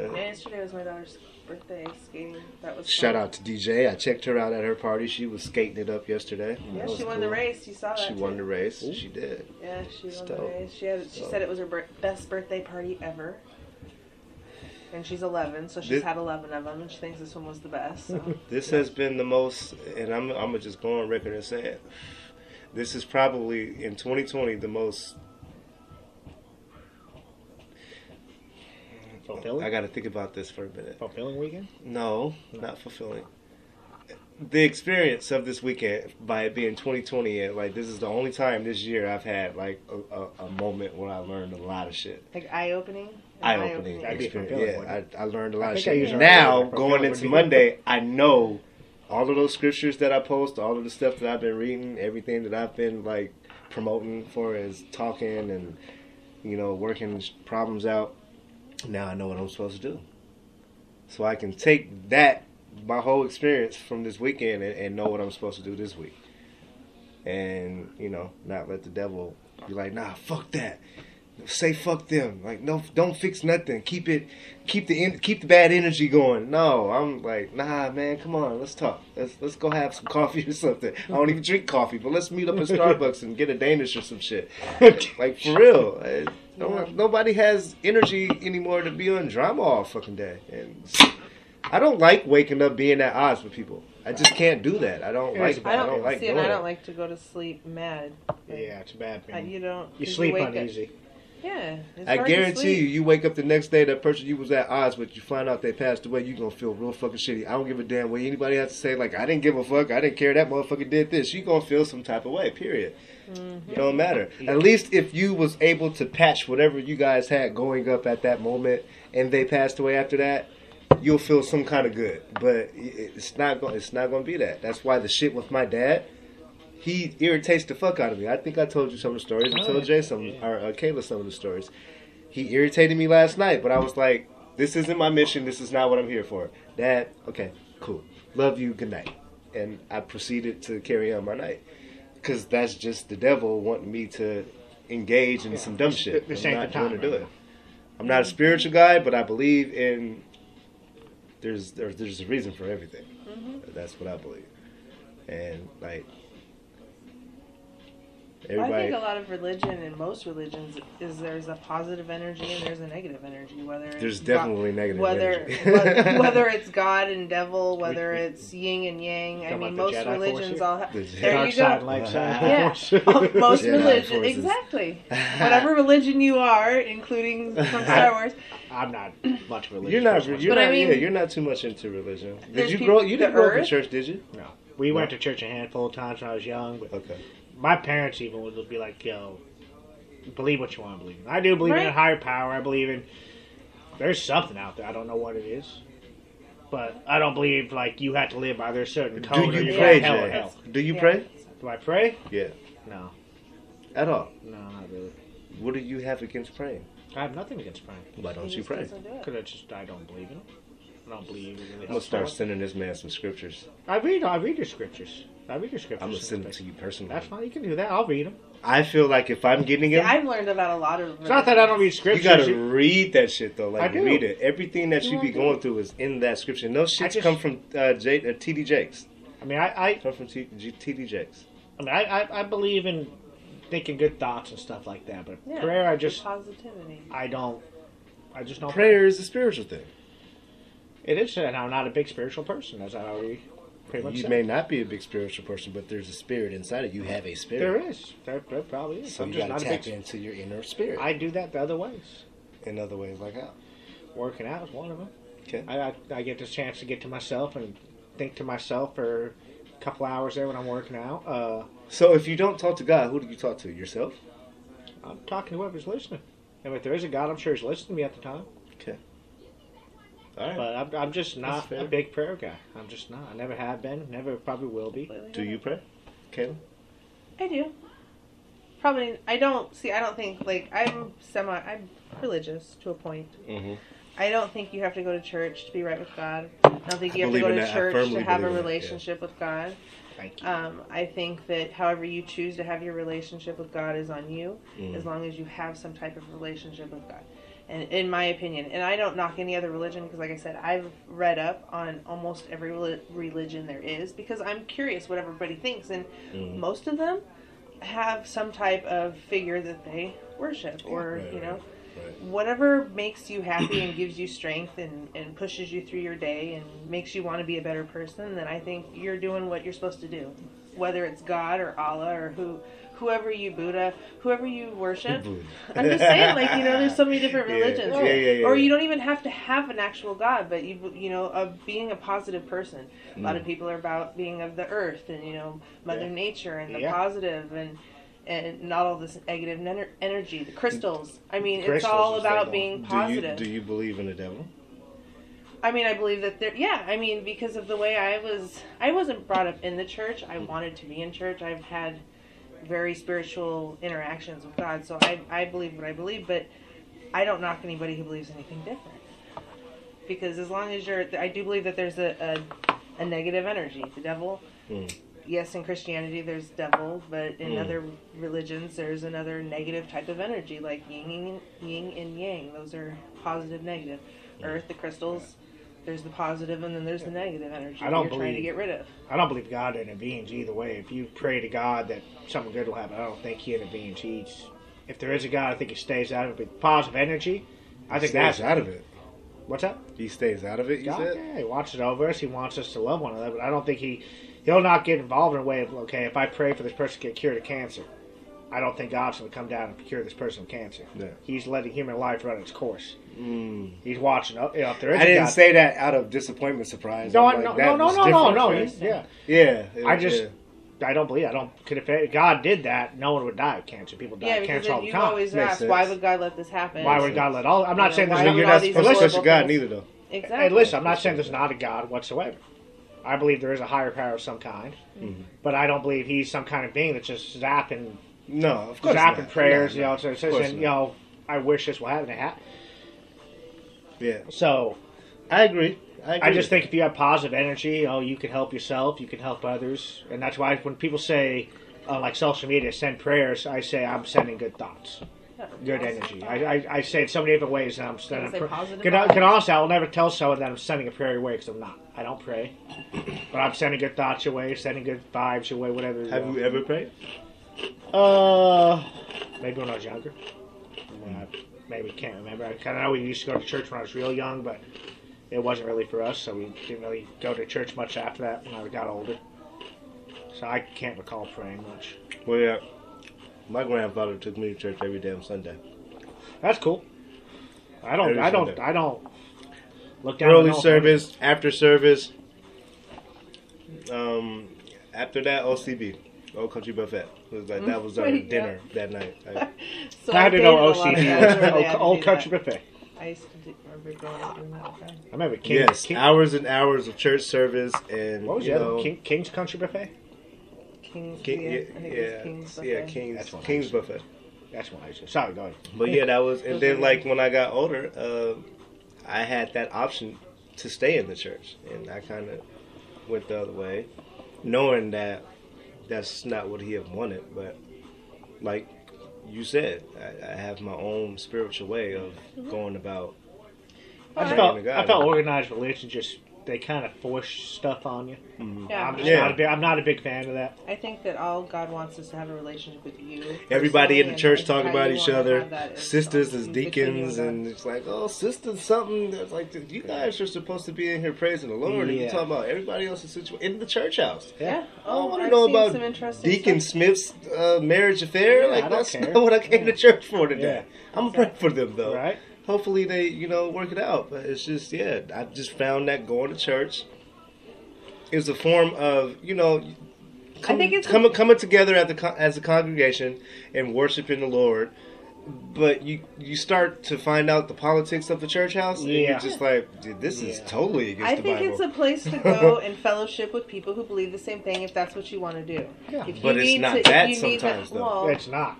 Speaker 3: Yeah, Yesterday was my daughter's birthday skating. That was fun.
Speaker 1: Shout out to DJ. I checked her out at her party. She was skating it up yesterday.
Speaker 3: Yeah,
Speaker 1: That
Speaker 3: she
Speaker 1: was
Speaker 3: won the
Speaker 1: cool.
Speaker 3: race. You saw that.
Speaker 1: She won
Speaker 3: too.
Speaker 1: the race. She did.
Speaker 3: Yeah, she won the
Speaker 1: Dope.
Speaker 3: race. She had. She
Speaker 1: So-
Speaker 3: said it was her bir- best birthday party ever. And she's 11, so she's
Speaker 1: This-
Speaker 3: had 11 of them, and she thinks this one was the best.
Speaker 1: *laughs*
Speaker 3: So.
Speaker 1: This has been the most, and I'm I'm gonna just go on record and say it. This is probably in 2020 the most.
Speaker 2: Fulfilling.
Speaker 1: I got to think about this for a minute.
Speaker 2: fulfilling weekend.
Speaker 1: No, not fulfilling. The experience of this weekend by it being 2020, and like this is the only time this year I've had like a, a, a moment where I learned a lot of shit.
Speaker 3: like eye opening.
Speaker 1: eye opening
Speaker 2: That'd be fulfilling,
Speaker 1: experience. Yeah,
Speaker 2: wouldn't
Speaker 1: I, I learned a lot of
Speaker 2: think I
Speaker 1: shit.
Speaker 2: used our
Speaker 1: Now
Speaker 2: earlier fulfilling
Speaker 1: going
Speaker 2: would
Speaker 1: into
Speaker 2: be-
Speaker 1: Monday, I know all of those scriptures that I post, all of the stuff that I've been reading, everything that I've been like promoting for is talking and you know working problems out. Now I know what I'm supposed to do, so I can take that my whole experience from this weekend and, and know what I'm supposed to do this week, and you know not let the devil be like, nah, fuck that. Say fuck them. Like no, don't fix nothing. Keep it, keep the en- keep the bad energy going. No, I'm like nah, man. Come on, let's talk. Let's let's go have some *laughs* coffee or something. I don't even drink coffee, but let's meet up at Starbucks and get a Danish or some shit. *laughs* Like for real. I- no one- nobody has energy anymore to be on drama all fucking day. And I don't like waking up being at odds with people. I just can't do that. I don't
Speaker 2: It
Speaker 1: like.
Speaker 2: is
Speaker 1: I
Speaker 3: I
Speaker 1: don't
Speaker 3: don't
Speaker 1: like
Speaker 3: see, and
Speaker 1: doing
Speaker 3: I
Speaker 1: it.
Speaker 3: don't like to go to sleep mad.
Speaker 2: Yeah, it's a bad
Speaker 3: Uh,
Speaker 2: thing.
Speaker 3: you don't. 'cause
Speaker 2: Mm. You sleep
Speaker 3: wake up-
Speaker 2: uneasy.
Speaker 3: Yeah, it's
Speaker 1: I
Speaker 3: hard to
Speaker 1: guarantee
Speaker 3: sleep.
Speaker 1: you, you wake up the next day, that person you was at odds with, you find out they passed away, you gonna feel real fucking shitty. I don't give a damn what anybody has to say. Like, I didn't give a fuck. I didn't care that motherfucker did this. You gonna feel some type of way, period.
Speaker 3: Mm-hmm.
Speaker 1: It don't matter. At least if you was able to patch whatever you guys had going up at that moment and they passed away after that, you'll feel some kind of good. But it- it's not going. It's not gonna be that. That's why the shit with my dad. He irritates the fuck out of me. I think I told you some of the stories. I
Speaker 2: Oh,
Speaker 1: told
Speaker 2: yeah.
Speaker 1: Jay some or uh, Kayla some of the stories he irritated me last night, but I was like, this isn't my mission. This is not what I'm here for. Dad, okay, cool. Love you. Good night. And I proceeded to carry on my night. Because that's just the devil wanting me to engage in some dumb shit.
Speaker 2: This
Speaker 1: I'm
Speaker 2: ain't
Speaker 1: not
Speaker 2: the time
Speaker 1: going to do
Speaker 2: right
Speaker 1: it.
Speaker 2: now.
Speaker 1: I'm not a spiritual guy, but I believe in there's there's, there's a reason for everything. That's what I believe. And like
Speaker 3: I
Speaker 1: everybody,
Speaker 3: think a lot of religion and most religions is there's a positive energy and there's a negative energy. Whether it's
Speaker 1: there's
Speaker 3: God-
Speaker 1: definitely negative
Speaker 3: whether
Speaker 1: energy.
Speaker 3: *laughs* whether, whether it's God and devil, whether
Speaker 2: We- we-
Speaker 3: it's yin and yang. I
Speaker 2: Talking about
Speaker 3: mean,
Speaker 2: the
Speaker 3: most
Speaker 2: Jedi Force
Speaker 3: religions
Speaker 2: here?
Speaker 3: all have.
Speaker 1: The
Speaker 3: There
Speaker 2: Dark
Speaker 3: you
Speaker 2: side,
Speaker 3: go.
Speaker 1: *laughs*
Speaker 2: light side.
Speaker 3: *laughs* Yeah,
Speaker 2: *laughs*
Speaker 3: Oh, most
Speaker 1: Jedi
Speaker 3: religions
Speaker 1: forces.
Speaker 3: exactly. Whatever religion you are, including from Star Wars.
Speaker 2: I'm not much of a religious.
Speaker 1: You're not.
Speaker 2: person.
Speaker 1: You're
Speaker 3: But I
Speaker 1: not.
Speaker 3: mean-
Speaker 1: yeah, you're not too much into religion. Did
Speaker 3: There's
Speaker 1: you
Speaker 3: peop-
Speaker 1: grow? You
Speaker 3: the
Speaker 1: didn't grow up in
Speaker 3: earth.
Speaker 1: church, did you?
Speaker 2: No. We went to church a handful of times when I was young, but
Speaker 1: Okay.
Speaker 2: my parents even would be like, "Yo, believe what you want to believe." in." I do believe in a
Speaker 3: Right.
Speaker 2: higher power. I believe in there's something out there. I don't know what it is, but I don't believe like you have to live by their certain
Speaker 1: Do
Speaker 2: code. or
Speaker 1: you
Speaker 2: you're
Speaker 1: pray,
Speaker 2: going to hell or
Speaker 1: Jay?
Speaker 2: hell.
Speaker 1: Do you
Speaker 3: Yeah.
Speaker 1: pray?
Speaker 2: Do I pray?
Speaker 1: Yeah.
Speaker 2: No,
Speaker 1: At all?
Speaker 2: no, not really.
Speaker 1: What do you have against praying?
Speaker 2: I have nothing against praying
Speaker 1: Why don't
Speaker 3: He
Speaker 1: you
Speaker 3: just
Speaker 1: pray?
Speaker 3: doesn't do it.
Speaker 2: because I just I don't believe in it. I don't believe. It really
Speaker 1: I'm gonna
Speaker 2: helps
Speaker 1: start
Speaker 2: me.
Speaker 1: sending this man some scriptures.
Speaker 2: I read. I read your scriptures. I read your scriptures.
Speaker 1: I'm gonna send them to you personally.
Speaker 2: That's fine. You can do that. I'll read them.
Speaker 1: I feel like if I'm getting
Speaker 3: See,
Speaker 1: it,
Speaker 3: I've learned about a lot of.
Speaker 2: It's not that I don't read
Speaker 1: you
Speaker 2: scriptures.
Speaker 1: gotta read that shit though.
Speaker 2: I
Speaker 1: Like
Speaker 2: do.
Speaker 1: read it. Everything that you
Speaker 3: No, I
Speaker 1: be
Speaker 3: do.
Speaker 1: going through is in that scripture. And those
Speaker 2: I
Speaker 1: shits
Speaker 2: just-
Speaker 1: come from uh, J, uh, TD Jakes.
Speaker 2: I mean, I, I,
Speaker 1: Come from T- G- TD Jakes.
Speaker 2: I mean, I, I, I believe in thinking good thoughts and stuff like that. But
Speaker 3: Yeah,
Speaker 2: prayer, I just,
Speaker 3: positivity.
Speaker 2: I don't, I just don't.
Speaker 1: Prayer is a spiritual thing.
Speaker 2: It is said I'm not a big spiritual person, as I already pretty much
Speaker 1: You
Speaker 2: said.
Speaker 1: may not be a big spiritual person, but there's a spirit inside of you. You have a spirit.
Speaker 2: there is. There, there probably is.
Speaker 1: So
Speaker 2: I'm
Speaker 1: you
Speaker 2: just
Speaker 1: gotta
Speaker 2: not a
Speaker 1: tap
Speaker 2: big.
Speaker 1: into your inner spirit.
Speaker 2: I do that the other ways.
Speaker 1: in other ways, like
Speaker 2: oh,
Speaker 1: how?
Speaker 2: Working out is one of them.
Speaker 1: Okay.
Speaker 2: I, I, I get this chance to get to myself and think to myself for a couple hours there when I'm working out. Uh,
Speaker 1: So if you don't talk to God, who do you talk to? Yourself?
Speaker 2: I'm talking to whoever's listening. And if there is a God, I'm sure he's listening to me at the time.
Speaker 1: All right.
Speaker 2: But I'm, I'm just not
Speaker 1: fair.
Speaker 2: a big prayer guy. I'm just not. I never have been. Never probably will be.
Speaker 3: Completely
Speaker 1: Do you pray, Caleb?
Speaker 3: I do. Probably. I don't see. I don't think like I'm semi. I'm religious to a point.
Speaker 1: Mm-hmm.
Speaker 3: I don't think you have to go to church to be right with God. I don't think
Speaker 1: I
Speaker 3: you have to
Speaker 1: believe
Speaker 3: go
Speaker 1: in
Speaker 3: to
Speaker 1: that. I
Speaker 3: church
Speaker 1: firmly
Speaker 3: to have
Speaker 1: believe
Speaker 3: a
Speaker 1: in that, yeah.
Speaker 3: relationship with God.
Speaker 2: Thank you.
Speaker 3: Um, I think that however you choose to have your relationship with God is on you,
Speaker 1: Mm-hmm.
Speaker 3: as long as you have some type of relationship with God. And in my opinion, and I don't knock any other religion because, like I said, I've read up on almost every reli- religion there is because I'm curious what everybody thinks, and
Speaker 1: Mm-hmm.
Speaker 3: most of them have some type of figure that they worship or
Speaker 1: Right,
Speaker 3: you know
Speaker 1: right, right.
Speaker 3: whatever makes you happy and gives you strength and, and pushes you through your day and makes you want to be a better person, then I think you're doing what you're supposed to do. Whether it's God or Allah or who whoever you Buddha, whoever you worship. I'm just saying, like, you know, there's so many different
Speaker 1: Yeah,
Speaker 3: religions.
Speaker 1: yeah, yeah, yeah,
Speaker 3: or
Speaker 1: yeah.
Speaker 3: you don't even have to have an actual God, but you you know, of being a positive person. A
Speaker 1: Mm.
Speaker 3: lot of people are about being of the earth and, you know, Mother
Speaker 2: Yeah.
Speaker 3: Nature and the
Speaker 2: Yeah.
Speaker 3: positive and and not all this negative ener- energy, the crystals. I mean, it's
Speaker 2: Crystals
Speaker 3: all
Speaker 2: is that
Speaker 3: about
Speaker 2: one.
Speaker 3: being
Speaker 1: Do you
Speaker 3: positive.
Speaker 1: do you believe in the devil?
Speaker 3: I mean, I believe that there. Yeah, I mean, because of the way I was, I wasn't brought up in the church. I wanted to be in church. I've had very spiritual interactions with God, so I I believe what I believe. But I don't knock anybody who believes anything different, because as long as you're, I do believe that there's a a, a negative energy, the devil.
Speaker 2: Hmm.
Speaker 1: Mm.
Speaker 3: Yes, in Christianity there's devil, but in
Speaker 1: Mm.
Speaker 3: other religions there's another negative type of energy, like yin and yin and yang. Those are positive, negative.
Speaker 2: Hmm.
Speaker 3: Earth, the crystals. There's the positive and then there's the negative energy.
Speaker 2: I
Speaker 3: that
Speaker 2: don't
Speaker 3: you're trying to
Speaker 2: believe-
Speaker 3: get rid of.
Speaker 2: I don't believe God intervenes either way. If you pray to God that something good will happen, I don't think He intervenes. He's, if there is a God, I think He stays out of it. But Positive energy, I think
Speaker 1: He stays
Speaker 2: that's
Speaker 1: out of it.
Speaker 2: what's up.
Speaker 1: He stays out of it. You
Speaker 2: God,
Speaker 1: said.
Speaker 2: yeah, He watches over us. He wants us to love one another. But I don't think He, He'll not get involved in a way of okay, if I pray for this person to get cured of cancer, I don't think God's going to come down and cure this person of cancer.
Speaker 1: Yeah.
Speaker 2: He's letting human life run its course.
Speaker 1: Mm.
Speaker 2: He's watching. up- You know, if there is
Speaker 1: I
Speaker 2: a
Speaker 1: didn't
Speaker 2: God,
Speaker 1: say that out of disappointment, surprise.
Speaker 2: No,
Speaker 1: I'm
Speaker 2: I,
Speaker 1: like,
Speaker 2: no,
Speaker 1: that
Speaker 2: no, no,
Speaker 1: was
Speaker 2: no, no,
Speaker 1: different.
Speaker 2: no,
Speaker 3: right?
Speaker 2: he's- Yeah.
Speaker 1: Yeah, it
Speaker 2: I
Speaker 1: was-
Speaker 2: just,
Speaker 1: yeah.
Speaker 2: I don't believe. I don't. Could if it- God did that, no one would die of cancer. People die
Speaker 3: yeah,
Speaker 2: of
Speaker 3: because
Speaker 2: cancer all
Speaker 3: then
Speaker 2: the
Speaker 3: you
Speaker 2: time.
Speaker 3: always
Speaker 1: Makes
Speaker 3: ask, why
Speaker 1: sense.
Speaker 3: would God let this happen?
Speaker 2: Why would God let all? I'm not
Speaker 3: Yeah,
Speaker 2: saying
Speaker 3: why
Speaker 2: there's no.
Speaker 3: would
Speaker 1: You're
Speaker 3: all
Speaker 1: not
Speaker 3: these
Speaker 1: supposed to
Speaker 3: horrible
Speaker 1: question God
Speaker 3: things?
Speaker 1: neither, though.
Speaker 3: Exactly.
Speaker 2: Hey, listen. I'm not saying there's not a God whatsoever. I believe there is a higher power of some kind, but I don't believe he's some kind of being that's just zapping,
Speaker 1: No, Mm-hmm. of course not.
Speaker 2: zapping prayers.
Speaker 1: No,
Speaker 2: You
Speaker 1: no,
Speaker 2: know, so it
Speaker 1: of
Speaker 2: says,
Speaker 1: course
Speaker 2: and, you
Speaker 1: not.
Speaker 2: know, I wish this will happen. It hap-
Speaker 1: Yeah,
Speaker 2: So
Speaker 1: I agree. I, agree
Speaker 2: I just
Speaker 1: with
Speaker 2: think if you have positive energy, oh, you can help yourself, you can help others, and that's why when people say, uh, like social media, send prayers, I say I'm sending good thoughts, good energy. I, I, I say it so many different ways, and I'm sending.
Speaker 3: Say
Speaker 2: a
Speaker 3: positive
Speaker 2: Can, I-
Speaker 3: vibes.
Speaker 2: can honestly, I will never tell someone that I'm sending a prayer your way because I'm not. I don't pray, but I'm sending good thoughts your way, sending good vibes your way, whatever.
Speaker 1: that. Have you ever prayed?
Speaker 2: Uh, maybe when I was younger. When I maybe can't remember. I kind of know we used to go to church when I was real young, but it wasn't really for us, so we didn't really go to church much after that when I got older. So I can't recall praying much.
Speaker 1: Well, yeah. My grandfather took me to church every damn Sunday.
Speaker 2: That's cool. I don't.
Speaker 1: Every
Speaker 2: I don't.
Speaker 1: Sunday.
Speaker 2: I don't. Look down.
Speaker 1: Early
Speaker 2: on-
Speaker 1: service, after service. Um, after that, OCB, Old Country Buffet. It was like that was our
Speaker 2: Mm-hmm.
Speaker 3: Yeah.
Speaker 1: dinner that night. Like,
Speaker 3: So
Speaker 2: I had to
Speaker 3: dated
Speaker 2: know
Speaker 3: a lot of guys where they
Speaker 2: OCD.
Speaker 3: had to
Speaker 2: Oh, old, old
Speaker 3: do
Speaker 2: country
Speaker 3: that.
Speaker 2: buffet.
Speaker 3: I used to do, remember growing up doing that. with friends.
Speaker 2: I remember King,
Speaker 1: yes,
Speaker 2: King,
Speaker 1: hours and hours of church service and
Speaker 2: What was
Speaker 1: you
Speaker 2: the other
Speaker 1: know,
Speaker 2: one? King, King's Country Buffet?
Speaker 3: Kings,
Speaker 1: King,
Speaker 3: yeah,
Speaker 1: yeah,
Speaker 3: I think it was
Speaker 1: yeah,
Speaker 3: Kings.
Speaker 1: yeah,
Speaker 3: Buffet.
Speaker 1: King's
Speaker 2: That's what I
Speaker 1: King's
Speaker 2: said.
Speaker 1: Buffet.
Speaker 2: That's what I said. Sorry, go ahead.
Speaker 1: But yeah, that was, and
Speaker 3: Those
Speaker 1: then
Speaker 3: are-
Speaker 1: like when I got older, uh, I had that option to stay in the church, and I kind of went the other way, knowing that that's not what he had wanted. But like you said, I, I have my own
Speaker 3: Mm-hmm.
Speaker 1: spiritual way of going about.
Speaker 2: I just
Speaker 1: Praying
Speaker 2: felt,
Speaker 1: to God.
Speaker 2: I felt organized religion just they kind of force stuff on you.
Speaker 3: Yeah,
Speaker 2: I'm just
Speaker 1: Yeah.
Speaker 2: not a big, I'm not a big fan of that.
Speaker 3: I think that all God wants is to have a relationship with you.
Speaker 1: Everybody in the
Speaker 3: personally,
Speaker 1: church
Speaker 3: and
Speaker 1: talk
Speaker 3: how
Speaker 1: about
Speaker 3: you
Speaker 1: each
Speaker 3: wanna
Speaker 1: other,
Speaker 3: have that is
Speaker 1: sisters
Speaker 3: something
Speaker 1: as
Speaker 3: you continue
Speaker 1: deacons,
Speaker 3: on.
Speaker 1: and it's like, oh, sisters, something. It's like, dude, you guys are supposed to be in here praising the Lord, and you
Speaker 2: Yeah.
Speaker 1: talk about everybody else's situation in the church house.
Speaker 3: yeah.
Speaker 1: I don't want to
Speaker 3: Oh, I've
Speaker 1: know
Speaker 3: seen some
Speaker 1: about
Speaker 3: interesting
Speaker 1: Deacon
Speaker 3: stuff.
Speaker 1: Smith's uh, marriage affair.
Speaker 2: Yeah, I
Speaker 1: like
Speaker 2: don't
Speaker 1: that's
Speaker 2: care.
Speaker 1: not what I came to church for today. I'm gonna pray for them though.
Speaker 2: Right.
Speaker 1: Hopefully they, you know, work it out. But it's just, yeah, I just found that going to church is a form of, you know, come,
Speaker 3: think it's-
Speaker 1: coming coming together at the co- as a congregation and worshiping the Lord. But you you start to find out the politics of the church house, and
Speaker 2: Yeah.
Speaker 1: you're just like, dude, this is
Speaker 2: Yeah.
Speaker 1: totally against
Speaker 3: I
Speaker 1: the
Speaker 3: think
Speaker 1: Bible.
Speaker 3: it's a place to
Speaker 1: *laughs*
Speaker 3: go and fellowship with people who believe the same thing if that's what you want to do.
Speaker 1: Yeah,
Speaker 3: If you
Speaker 1: but it's
Speaker 3: need
Speaker 1: not
Speaker 3: to- if
Speaker 1: that
Speaker 3: you need
Speaker 1: sometimes, though.
Speaker 3: well,
Speaker 2: It's
Speaker 1: *laughs*
Speaker 2: not.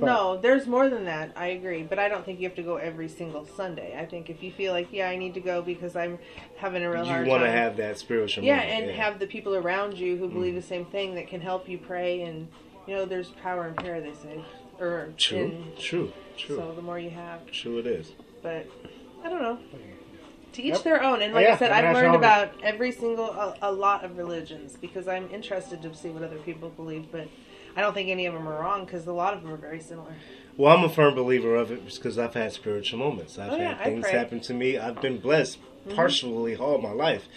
Speaker 3: No, there's more than that. I agree, but I don't think you have to go every single Sunday. I think if you feel like, yeah, I need to go because I'm having a real
Speaker 1: you
Speaker 3: hard
Speaker 1: want to
Speaker 3: time.
Speaker 1: have that spiritual,
Speaker 3: yeah,
Speaker 1: moment,
Speaker 3: and have the people around you who believe the same thing that can help you pray and you know, there's power in prayer. They say, or
Speaker 1: true,
Speaker 3: in-
Speaker 1: true, true,
Speaker 3: So the more you have,
Speaker 1: true. It is.
Speaker 3: but I don't know. To each
Speaker 2: Yep.
Speaker 3: their own. And like I
Speaker 2: Yeah,
Speaker 3: said,
Speaker 2: I mean,
Speaker 3: I've
Speaker 2: that's
Speaker 3: learned
Speaker 2: all-
Speaker 3: about every single a, a lot of religions because I'm interested to see what other people believe, but I don't think any of them are wrong because a lot of them are very similar.
Speaker 1: Well, I'm a firm believer of it because I've had spiritual moments. I've
Speaker 3: Oh, yeah,
Speaker 1: had
Speaker 3: I
Speaker 1: things
Speaker 3: pray. Mm-hmm.
Speaker 1: happen to me. I've been blessed partially all my life.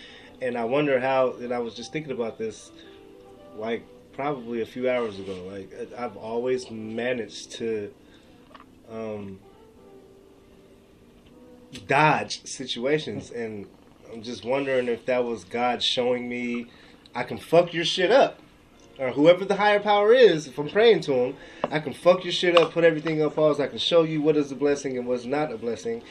Speaker 1: And I wonder how, and I was just thinking about this like probably a few hours ago. Like, I- I've always managed to um, dodge situations.
Speaker 3: Mm.
Speaker 1: And I'm just wondering if that was God showing me I can fuck your shit up or whoever the higher power is, if I'm praying to him, I can fuck your shit up, put everything on pause. I can show you what is a blessing and what's not a blessing.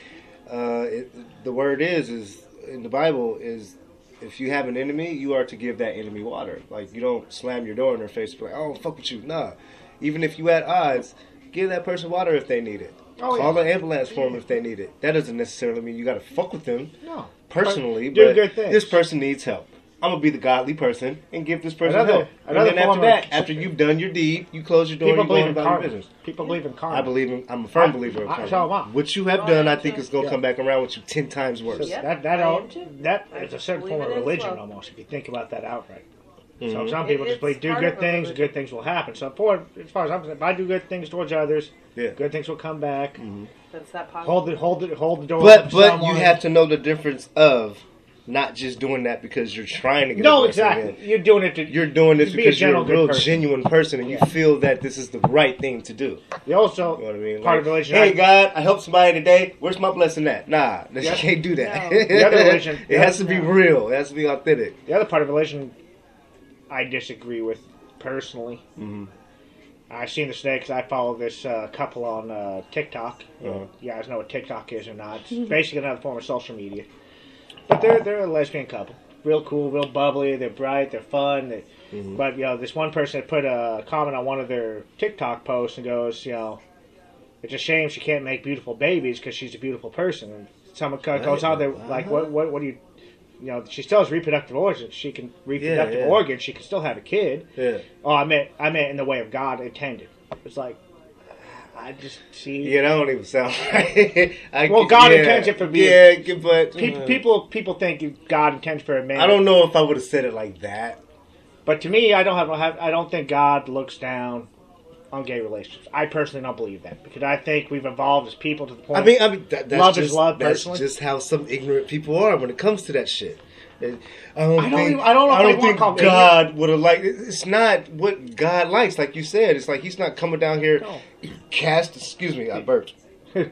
Speaker 1: Uh, it, the word is is in the Bible is if you have an enemy, you are to give that enemy water. Like you don't slam your door in their face, be like I don't fuck with you. Nah, even if you at odds, give that person water if they need it.
Speaker 2: Oh,
Speaker 1: Call
Speaker 2: yeah.
Speaker 1: an ambulance for them if they need it. That doesn't necessarily mean you got to fuck with them
Speaker 2: No.
Speaker 1: personally,
Speaker 2: Do
Speaker 1: but
Speaker 2: good things.
Speaker 1: this person needs help. I'm gonna be the godly person and give this person
Speaker 2: Another-
Speaker 1: help.
Speaker 2: another
Speaker 1: and then
Speaker 2: form
Speaker 1: after
Speaker 2: of-
Speaker 1: that, after you've done your deed, you close your door. and
Speaker 2: People
Speaker 1: you go
Speaker 2: believe
Speaker 1: on
Speaker 2: in
Speaker 1: about your
Speaker 2: karma.
Speaker 1: business.
Speaker 2: People believe in karma.
Speaker 1: I believe in. I'm a firm
Speaker 2: I-
Speaker 1: believer of
Speaker 2: I-
Speaker 1: karma.
Speaker 2: so am I.
Speaker 1: What you have
Speaker 3: Oh, I
Speaker 1: done,
Speaker 3: am
Speaker 1: I think,
Speaker 3: too.
Speaker 1: is gonna
Speaker 2: Yeah.
Speaker 1: come back around with you ten times worse.
Speaker 3: Yeah.
Speaker 2: That that
Speaker 3: I
Speaker 2: all
Speaker 3: am too.
Speaker 2: that
Speaker 3: I
Speaker 2: is a
Speaker 3: just
Speaker 2: certain
Speaker 3: believe
Speaker 2: form
Speaker 3: it
Speaker 2: of
Speaker 3: is
Speaker 2: religion
Speaker 3: well.
Speaker 2: almost. If you think about that outright. So
Speaker 1: Mhm.
Speaker 2: some people
Speaker 3: It-
Speaker 2: just believe
Speaker 3: it's
Speaker 2: do
Speaker 3: part
Speaker 2: good
Speaker 3: of a
Speaker 2: things,
Speaker 3: religion.
Speaker 2: good things will happen. So for, as far as I'm concerned, if I do good things towards others,
Speaker 1: Yeah. Mm-hmm.
Speaker 2: good things will come back.
Speaker 3: That's not possible.
Speaker 2: Hold the hold the hold the door.
Speaker 1: But
Speaker 2: open for
Speaker 1: but you
Speaker 2: someone.
Speaker 1: have to know the difference of not just doing that because you're trying to get. a
Speaker 2: no
Speaker 1: blessing
Speaker 2: exactly.
Speaker 1: in.
Speaker 2: You're doing it to
Speaker 1: You're doing this
Speaker 2: Be a
Speaker 1: because you're a
Speaker 2: gentle, good
Speaker 1: real
Speaker 2: person.
Speaker 1: genuine person, and
Speaker 2: Yeah.
Speaker 1: you feel that this is the right thing to do.
Speaker 2: You also
Speaker 1: You know what I mean?
Speaker 2: part
Speaker 1: Like,
Speaker 2: of religion.
Speaker 1: Hey
Speaker 2: I-
Speaker 1: God, I helped somebody today. Where's my blessing at? Nah, you
Speaker 2: Yeah.
Speaker 1: can't do that. *laughs*
Speaker 3: No.
Speaker 2: The other religion-
Speaker 1: it has to be
Speaker 2: no.
Speaker 1: real. It has to be authentic.
Speaker 2: The other part of religion, I disagree with personally.
Speaker 1: Mhm.
Speaker 2: I've seen this today 'cause I follow this uh, couple on uh, TikTok.
Speaker 1: Uh-huh.
Speaker 2: You guys know what TikTok is or not? It's basically another form of social media. But they're they're a lesbian couple. Real cool, real bubbly. They're bright. They're fun. They, But you know, this one person had put a comment on one of their TikTok posts and goes, you know, it's a shame she can't make beautiful babies because she's a beautiful person. And someone co- goes out there like, what what what do you? You know, she still has reproductive organs. She can reproductive
Speaker 1: yeah.
Speaker 2: organs. She can still have a kid.
Speaker 1: Yeah,
Speaker 2: Oh, I meant I meant in the way of God intended. It's like I just see
Speaker 1: yeah, that don't even sound *laughs* right. I,
Speaker 2: Well,
Speaker 1: get-
Speaker 2: God
Speaker 1: yeah,
Speaker 2: intends it for me.
Speaker 1: Yeah, get- but
Speaker 2: Pe-
Speaker 1: mm.
Speaker 2: people people think you- God intends for a man.
Speaker 1: I don't know if I would have said it like that.
Speaker 2: But to me, I don't have, have I don't think God looks down on gay relationships. I personally don't believe that because I think we've evolved as people to the point.
Speaker 1: I mean, I mean that, that's
Speaker 2: Love is
Speaker 1: just,
Speaker 2: love,
Speaker 1: That's
Speaker 2: personally.
Speaker 1: just how some ignorant people are when it comes to that shit. And I don't,
Speaker 2: I don't
Speaker 1: think,
Speaker 2: even- I don't know if I wanna
Speaker 1: think
Speaker 2: call 'em
Speaker 1: God would have liked. it- It's not what God likes, like you said. It's like He's not coming down here,
Speaker 2: No.
Speaker 1: cast. Excuse
Speaker 2: *laughs*
Speaker 1: me, I burped.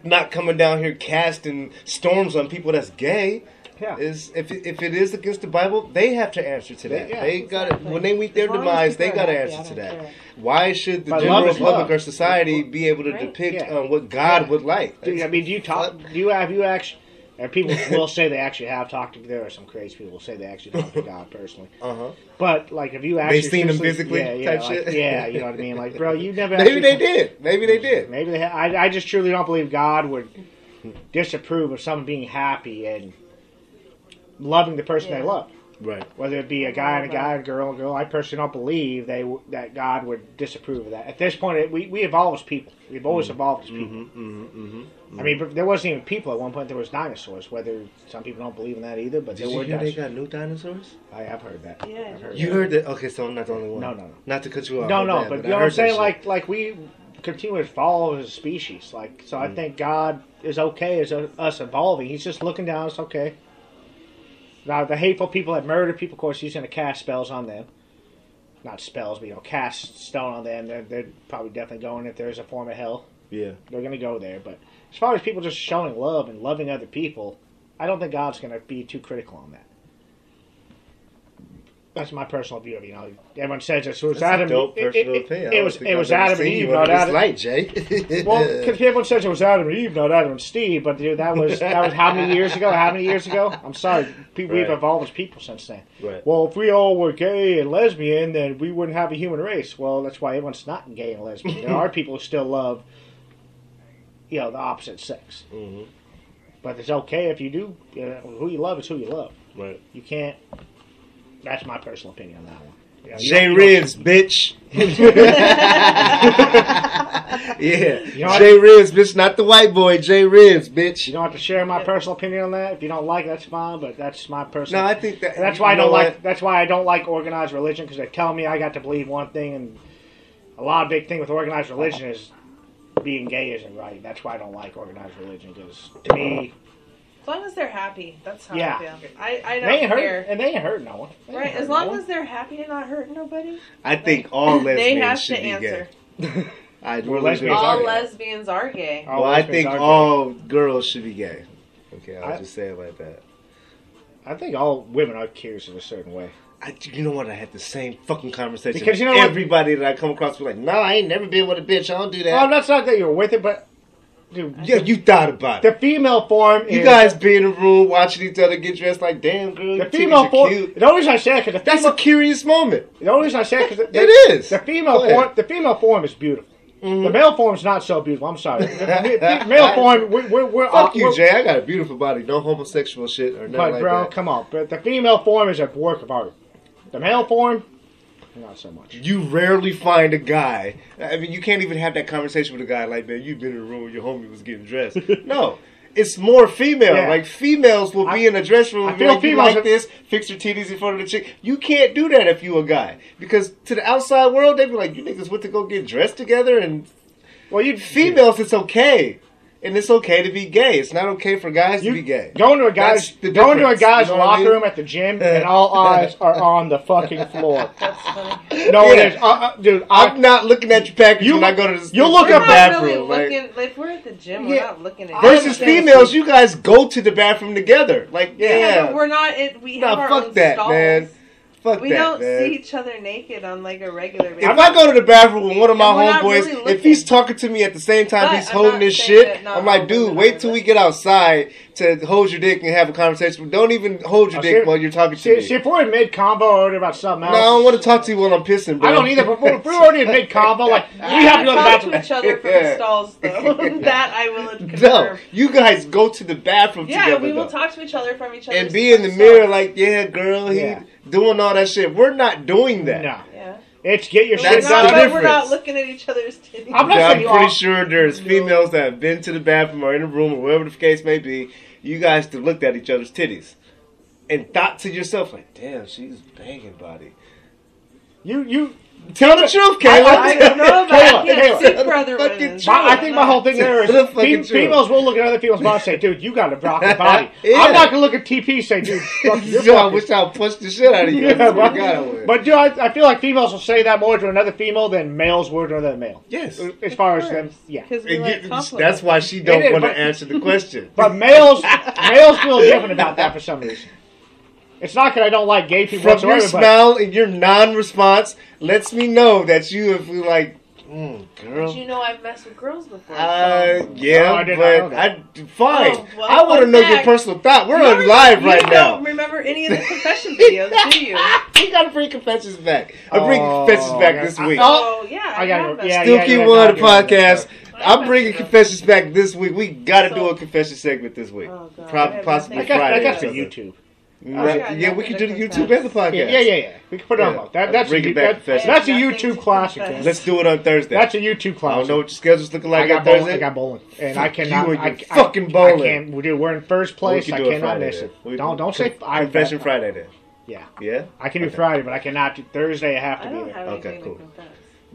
Speaker 1: not coming down here casting storms on people that's gay.
Speaker 2: Yeah.
Speaker 1: Is if it- if it is against the Bible, they have to answer to that.
Speaker 2: yeah,
Speaker 1: they got to
Speaker 3: exactly.
Speaker 1: when they meet their
Speaker 3: As long as
Speaker 1: demise,
Speaker 3: people
Speaker 1: they
Speaker 3: are
Speaker 1: got to
Speaker 3: happy, I
Speaker 1: answer to
Speaker 3: don't
Speaker 1: that.
Speaker 3: care.
Speaker 1: Why should the
Speaker 2: But love
Speaker 1: general
Speaker 2: is
Speaker 1: public
Speaker 2: love.
Speaker 1: or society be able to
Speaker 3: Right?
Speaker 1: depict
Speaker 2: Yeah.
Speaker 1: um, what God
Speaker 2: Yeah.
Speaker 1: would like?
Speaker 2: do, you- I mean, do you talk? Do you have you actually? And people will say they actually have talked to. There are some crazy people who say they actually talked to God personally.
Speaker 1: Uh huh.
Speaker 2: But like, if you actually
Speaker 1: seen him
Speaker 2: seriously-
Speaker 1: physically
Speaker 2: yeah, yeah,
Speaker 1: type
Speaker 2: like-
Speaker 1: shit?
Speaker 2: yeah, you know what I mean. Like, bro, you
Speaker 1: *laughs*
Speaker 2: never.
Speaker 1: Maybe
Speaker 2: actually-
Speaker 1: they did. Maybe they did.
Speaker 2: Maybe they. Ha- I, I just truly don't believe God would disapprove of someone being happy and loving the person
Speaker 3: Yeah.
Speaker 2: they love.
Speaker 1: Right.
Speaker 2: whether it be a guy and a guy, a girl and a girl. I personally don't believe they w- that God would disapprove of that. At this point, it, we we evolve as people. We've always
Speaker 1: Mm.
Speaker 2: evolved as people.
Speaker 1: Mm-hmm,
Speaker 2: I mean, but there wasn't even people at one point. There was dinosaurs. Whether some people don't believe in that either, but
Speaker 1: Did
Speaker 2: there
Speaker 1: you
Speaker 2: were
Speaker 1: hear they
Speaker 2: dinosaurs.
Speaker 1: got new dinosaurs?
Speaker 2: I have heard that.
Speaker 3: Yeah,
Speaker 2: I've heard
Speaker 1: You
Speaker 2: that.
Speaker 1: heard that? Okay, so I'm not the only one.
Speaker 2: No, no, no.
Speaker 1: Not to cut you off.
Speaker 2: No,
Speaker 1: my
Speaker 2: no,
Speaker 1: bad,
Speaker 2: but
Speaker 1: I
Speaker 2: you know what
Speaker 1: heard
Speaker 2: I'm
Speaker 1: that
Speaker 2: saying?
Speaker 1: shit.
Speaker 2: Like, like we continue to follow as a species. Like, so
Speaker 1: Mm.
Speaker 2: I think God is okay as a, us evolving. He's just looking down. It's okay. Now the hateful people that murder people, of course, he's going to cast spells on them. Not spells, but you know, cast stone on them. They're, they're probably definitely going if there's a form of hell.
Speaker 1: yeah,
Speaker 2: They're going to go there. But as far as people just showing love and loving other people, I don't think God's going to be too critical on that. That's my personal view of it, you know. Everyone says it's who's
Speaker 1: That's
Speaker 2: Adam.
Speaker 1: a dope
Speaker 2: it-
Speaker 1: personal
Speaker 2: it,
Speaker 1: opinion.
Speaker 2: It,
Speaker 1: I
Speaker 2: it
Speaker 1: don't
Speaker 2: was
Speaker 1: think
Speaker 2: it
Speaker 1: I've
Speaker 2: was
Speaker 1: ever
Speaker 2: Adam and
Speaker 1: seen
Speaker 2: Eve,
Speaker 1: you
Speaker 2: not
Speaker 1: under this
Speaker 2: Adam.
Speaker 1: Light, Jay.
Speaker 2: Well,
Speaker 1: *laughs*
Speaker 2: because everyone says it was Adam and Eve, not Adam and Steve, but dude, that was that was how many years ago? How many years ago? I'm sorry, pe- we've
Speaker 1: Right.
Speaker 2: evolved as people since then.
Speaker 1: Right.
Speaker 2: Well, if we all were gay and lesbian, then we wouldn't have a human race. Well, that's why everyone's not gay and lesbian. there are people who still love, you know, the opposite sex.
Speaker 1: Mhm.
Speaker 2: But it's okay if you do. You know, who you love is who you love.
Speaker 1: right.
Speaker 2: You can't. That's my personal opinion on that one. You know, you
Speaker 1: Jay
Speaker 2: don't- you don't-
Speaker 1: Ribs,
Speaker 2: *laughs*
Speaker 1: bitch. yeah,
Speaker 2: know
Speaker 1: Jay Ribs, bitch, not the white boy. Jay Ribs,
Speaker 2: You
Speaker 1: bitch.
Speaker 2: don't have to share my personal opinion on that. If you don't like, it, that's fine. But that's my personal.
Speaker 1: No, I think that.
Speaker 2: And that's why I
Speaker 1: you know
Speaker 2: don't like.
Speaker 1: what?
Speaker 2: That's why I don't like organized religion because they tell me I got to believe one thing, and a lot of big thing with organized religion is being gay isn't right. That's why I don't like organized religion because to me,
Speaker 3: As long as they're happy, that's how
Speaker 2: Yeah.
Speaker 3: I feel. I, I
Speaker 2: they
Speaker 3: don't
Speaker 2: ain't hurt,
Speaker 3: care.
Speaker 2: and they ain't hurt no one. They ain't
Speaker 3: Right,
Speaker 2: hurt
Speaker 3: as
Speaker 2: no
Speaker 3: long
Speaker 2: one.
Speaker 3: as they're happy and not hurting nobody,
Speaker 1: I think all
Speaker 3: they
Speaker 1: lesbians
Speaker 3: have
Speaker 1: should
Speaker 3: to
Speaker 1: be
Speaker 3: answer.
Speaker 1: gay. *laughs* I really
Speaker 2: lesbians
Speaker 1: do.
Speaker 2: are
Speaker 3: All
Speaker 2: gay.
Speaker 3: lesbians are gay.
Speaker 2: All
Speaker 1: Well, I
Speaker 2: lesbians
Speaker 1: think
Speaker 2: are gay.
Speaker 1: all girls should be gay. Okay, I'll
Speaker 2: I-
Speaker 1: just say it like that.
Speaker 2: I think all women are curious in a certain way.
Speaker 1: I, you know what? I had the same fucking conversation.
Speaker 2: Because you know what?
Speaker 1: everybody that I come across be like, "No, I ain't never been with a bitch. I don't do
Speaker 2: Oh,
Speaker 1: that."
Speaker 2: that's not that you're with it, but dude,
Speaker 1: yeah, you thought about
Speaker 2: the
Speaker 1: it.
Speaker 2: female form.
Speaker 1: You
Speaker 2: is,
Speaker 1: guys be in a room watching each other get dressed like, "Damn, girl,
Speaker 2: The
Speaker 1: your
Speaker 2: female
Speaker 1: titties are
Speaker 2: form.
Speaker 1: cute."
Speaker 2: The only reason I say that because the
Speaker 1: That's
Speaker 2: female
Speaker 1: a curious moment.
Speaker 2: The only reason I say it, 'cause the,
Speaker 1: *laughs* It is.
Speaker 2: the female
Speaker 1: Go ahead.
Speaker 2: form. The female form is beautiful.
Speaker 3: Mm.
Speaker 2: The male form's not so beautiful. I'm sorry. The,
Speaker 1: *laughs*
Speaker 2: the male form. We're, we're, we're
Speaker 1: Fuck you,
Speaker 2: we're-
Speaker 1: Jay. I got a beautiful body. No homosexual shit or nothing
Speaker 2: Uh, But
Speaker 1: like
Speaker 2: bro,
Speaker 1: that.
Speaker 2: come on. But the female form is a work of art. The male form, not so much.
Speaker 1: You rarely find a guy. I mean, you can't even have that conversation with a guy like, "Man, you've been in a room where your homie was getting
Speaker 2: *laughs*
Speaker 1: dressed." no. It's more female.
Speaker 2: Yeah.
Speaker 1: Like females will
Speaker 2: I-
Speaker 1: be in a dress room
Speaker 2: I
Speaker 1: and be
Speaker 2: feel
Speaker 1: like, you
Speaker 2: females
Speaker 1: like
Speaker 2: are-
Speaker 1: this, fix your titties in front of the chick. You can't do that if you a guy. Because to the outside world, they be like, you niggas went to go get dressed together and
Speaker 2: Well, you
Speaker 1: females it's okay. And it's okay to be gay. It's not okay for guys
Speaker 2: You
Speaker 1: to be gay.
Speaker 2: Going to a guy's
Speaker 1: That's the
Speaker 2: going to a
Speaker 1: difference,
Speaker 2: guy's
Speaker 1: you know what I
Speaker 2: locker
Speaker 1: mean?
Speaker 2: room at the gym,
Speaker 1: *laughs*
Speaker 2: and all eyes are on the fucking floor.
Speaker 3: *laughs* That's funny.
Speaker 2: No,
Speaker 1: Yeah.
Speaker 2: it is, uh, uh, dude. I,
Speaker 1: I'm not looking at your package
Speaker 2: You-
Speaker 1: when I go to the
Speaker 2: you look
Speaker 1: the
Speaker 2: up-
Speaker 3: We're not really
Speaker 1: bathroom. like-
Speaker 3: looking. if we're at the gym, we're
Speaker 1: Yeah.
Speaker 3: not looking at
Speaker 1: versus
Speaker 3: I understand.
Speaker 1: females, you guys go to the bathroom together. Like, yeah,
Speaker 3: Yeah, but we're not. It, we
Speaker 1: Nah,
Speaker 3: have our
Speaker 1: fuck
Speaker 3: own
Speaker 1: that,
Speaker 3: stalls.
Speaker 1: man. fuck
Speaker 3: We
Speaker 1: that,
Speaker 3: don't
Speaker 1: man.
Speaker 3: see each other naked on like a regular basis.
Speaker 1: if I go to the bathroom with one of my
Speaker 3: And we're not
Speaker 1: homeboys,
Speaker 3: really looking.
Speaker 1: if he's talking to me at the same time
Speaker 3: But
Speaker 1: he's
Speaker 3: I'm
Speaker 1: holding
Speaker 3: not
Speaker 1: his
Speaker 3: saying
Speaker 1: shit,
Speaker 3: that not
Speaker 1: I'm like,
Speaker 3: all
Speaker 1: dude,
Speaker 3: women
Speaker 1: wait
Speaker 3: are
Speaker 1: till we
Speaker 3: looking.
Speaker 1: get outside to hold your dick and have a conversation. Don't even hold your
Speaker 2: Oh,
Speaker 1: dick
Speaker 2: see-
Speaker 1: while you're talking to
Speaker 2: *laughs* see,
Speaker 1: me.
Speaker 2: see, if we're in mid combo or about something
Speaker 1: no,
Speaker 2: else.
Speaker 1: I don't want to talk to you while I'm pissing, bro.
Speaker 2: I don't either. But we're, we're already in mid combo. Like we
Speaker 3: We
Speaker 2: have to go to the
Speaker 3: talk
Speaker 2: bathroom.
Speaker 3: to each other from
Speaker 1: Yeah.
Speaker 3: the stalls,
Speaker 1: *laughs*
Speaker 3: though. *laughs* that I will confirm.
Speaker 1: No, you guys go to the bathroom
Speaker 3: Yeah,
Speaker 1: together.
Speaker 3: we will
Speaker 1: though.
Speaker 3: talk to each other from each other.
Speaker 1: and be in the mirror like, yeah, girl, he
Speaker 2: Yeah.
Speaker 1: doing all that shit. We're not doing that.
Speaker 2: No,
Speaker 3: yeah.
Speaker 2: it's get your
Speaker 3: We're
Speaker 2: shit
Speaker 1: That's
Speaker 3: not,
Speaker 1: the
Speaker 2: done.
Speaker 3: but we're
Speaker 1: difference.
Speaker 3: not looking at each other's titties.
Speaker 2: I'm not
Speaker 1: Yeah,
Speaker 2: saying
Speaker 1: I'm
Speaker 2: you
Speaker 1: pretty
Speaker 2: all-
Speaker 1: sure there's females that have been to the bathroom or in a room or wherever the case may be. You guys have looked at each other's titties and thought to yourself, like, damn, she's banging body.
Speaker 2: You you.
Speaker 1: Tell the truth, Kayla.
Speaker 3: I
Speaker 1: *laughs*
Speaker 3: don't know, but
Speaker 2: Kayla,
Speaker 3: I can't
Speaker 2: Kayla.
Speaker 3: speak for other
Speaker 1: Fucking
Speaker 3: women. so
Speaker 1: try.
Speaker 2: My,
Speaker 3: don't
Speaker 2: I think my
Speaker 3: know.
Speaker 2: whole thing there is
Speaker 1: That's fucking
Speaker 2: fem-
Speaker 1: true.
Speaker 2: females will look at other females' bodies and say, "Dude, you got a
Speaker 1: *laughs*
Speaker 2: rocking body."
Speaker 1: Yeah.
Speaker 2: I'm not gonna look at TP
Speaker 1: *laughs*
Speaker 2: say, "Dude, fuck, you're
Speaker 1: so I
Speaker 2: fucking- *laughs*
Speaker 1: wish I pushed the shit out of you. I
Speaker 2: Yeah,
Speaker 1: swear to
Speaker 2: but,
Speaker 1: God, I would.
Speaker 2: but do I, I feel like females will say that more to another female than males would to another male.
Speaker 1: Yes.
Speaker 2: As far as
Speaker 3: Of
Speaker 2: them,
Speaker 3: course,
Speaker 2: yeah.
Speaker 3: 'cause we
Speaker 1: And
Speaker 3: like
Speaker 1: you-
Speaker 3: compliments.
Speaker 1: that's why she
Speaker 2: It is,
Speaker 1: don't want
Speaker 2: but-
Speaker 1: to answer the question.
Speaker 2: *laughs* But males, males feel different about that for some reason. It's not that I don't like gay people
Speaker 1: From your
Speaker 2: whatsoever, but
Speaker 1: smile and your non-response lets me know that you have been like, mm, girl.
Speaker 3: But you know I've messed with girls before.
Speaker 1: Uh,
Speaker 3: so-
Speaker 1: yeah,
Speaker 2: No, I did not
Speaker 1: but
Speaker 2: know
Speaker 1: I fine.
Speaker 3: Oh, well,
Speaker 1: I want to
Speaker 3: fun
Speaker 1: know your
Speaker 3: fact.
Speaker 1: personal thought. We're
Speaker 3: You
Speaker 1: on
Speaker 3: don't
Speaker 1: live
Speaker 3: remember-
Speaker 1: right
Speaker 3: you
Speaker 1: now.
Speaker 3: don't remember
Speaker 1: *laughs*
Speaker 3: any of the confession videos, do *laughs* you?
Speaker 1: we got to bring confessions back. I'm bringing
Speaker 2: Oh,
Speaker 1: confessions
Speaker 2: I
Speaker 1: back
Speaker 2: got-
Speaker 1: this week.
Speaker 2: I-
Speaker 3: Oh, yeah.
Speaker 2: I gotta
Speaker 3: have
Speaker 2: go- yeah,
Speaker 3: them.
Speaker 1: Still
Speaker 2: yeah,
Speaker 1: keep
Speaker 2: yeah,
Speaker 1: one
Speaker 2: yeah,
Speaker 1: on the
Speaker 2: yeah, yeah.
Speaker 1: podcast. I'm bringing confessions back this week. We got to do a confession segment this week.
Speaker 3: Oh, God. I
Speaker 1: Prob-
Speaker 3: have
Speaker 1: possibly
Speaker 2: I
Speaker 3: nothing.
Speaker 2: got, I
Speaker 1: Friday. or
Speaker 2: got the
Speaker 1: something.
Speaker 2: YouTube.
Speaker 1: Right.
Speaker 3: yeah,
Speaker 1: yeah, we can
Speaker 3: nothing to
Speaker 1: do the
Speaker 3: confess.
Speaker 1: YouTube Weather podcast.
Speaker 2: Yeah, yeah, yeah, yeah. We can put it on.
Speaker 1: Yeah.
Speaker 2: both. That, that's
Speaker 1: Bring
Speaker 2: a,
Speaker 1: it back
Speaker 2: that-
Speaker 1: to fashion.
Speaker 2: that's a
Speaker 3: Nothing to
Speaker 2: YouTube classic. That's
Speaker 3: confess.
Speaker 1: Let's do it on Thursday.
Speaker 2: that's a YouTube
Speaker 1: I
Speaker 2: classic.
Speaker 1: don't know what your schedule's looking like
Speaker 2: I got
Speaker 1: on
Speaker 2: bowling.
Speaker 1: Thursday.
Speaker 2: I got bowling, and I
Speaker 1: Fuck Oh, you
Speaker 2: cannot.
Speaker 1: and
Speaker 2: I,
Speaker 1: your
Speaker 2: I,
Speaker 1: fucking bowling.
Speaker 2: I can't. We do. We're in first place.
Speaker 1: We
Speaker 2: I
Speaker 1: can do it
Speaker 2: cannot
Speaker 1: Friday
Speaker 2: miss
Speaker 1: then.
Speaker 2: it.
Speaker 1: We-
Speaker 2: don't don't say
Speaker 1: Con-
Speaker 2: I
Speaker 1: Confession Friday then.
Speaker 2: Yeah,
Speaker 1: Yeah?
Speaker 2: I can do Friday, but I cannot do Thursday. I have
Speaker 3: I
Speaker 2: to be
Speaker 3: don't
Speaker 2: there.
Speaker 3: have
Speaker 1: Okay,
Speaker 3: anything
Speaker 1: cool.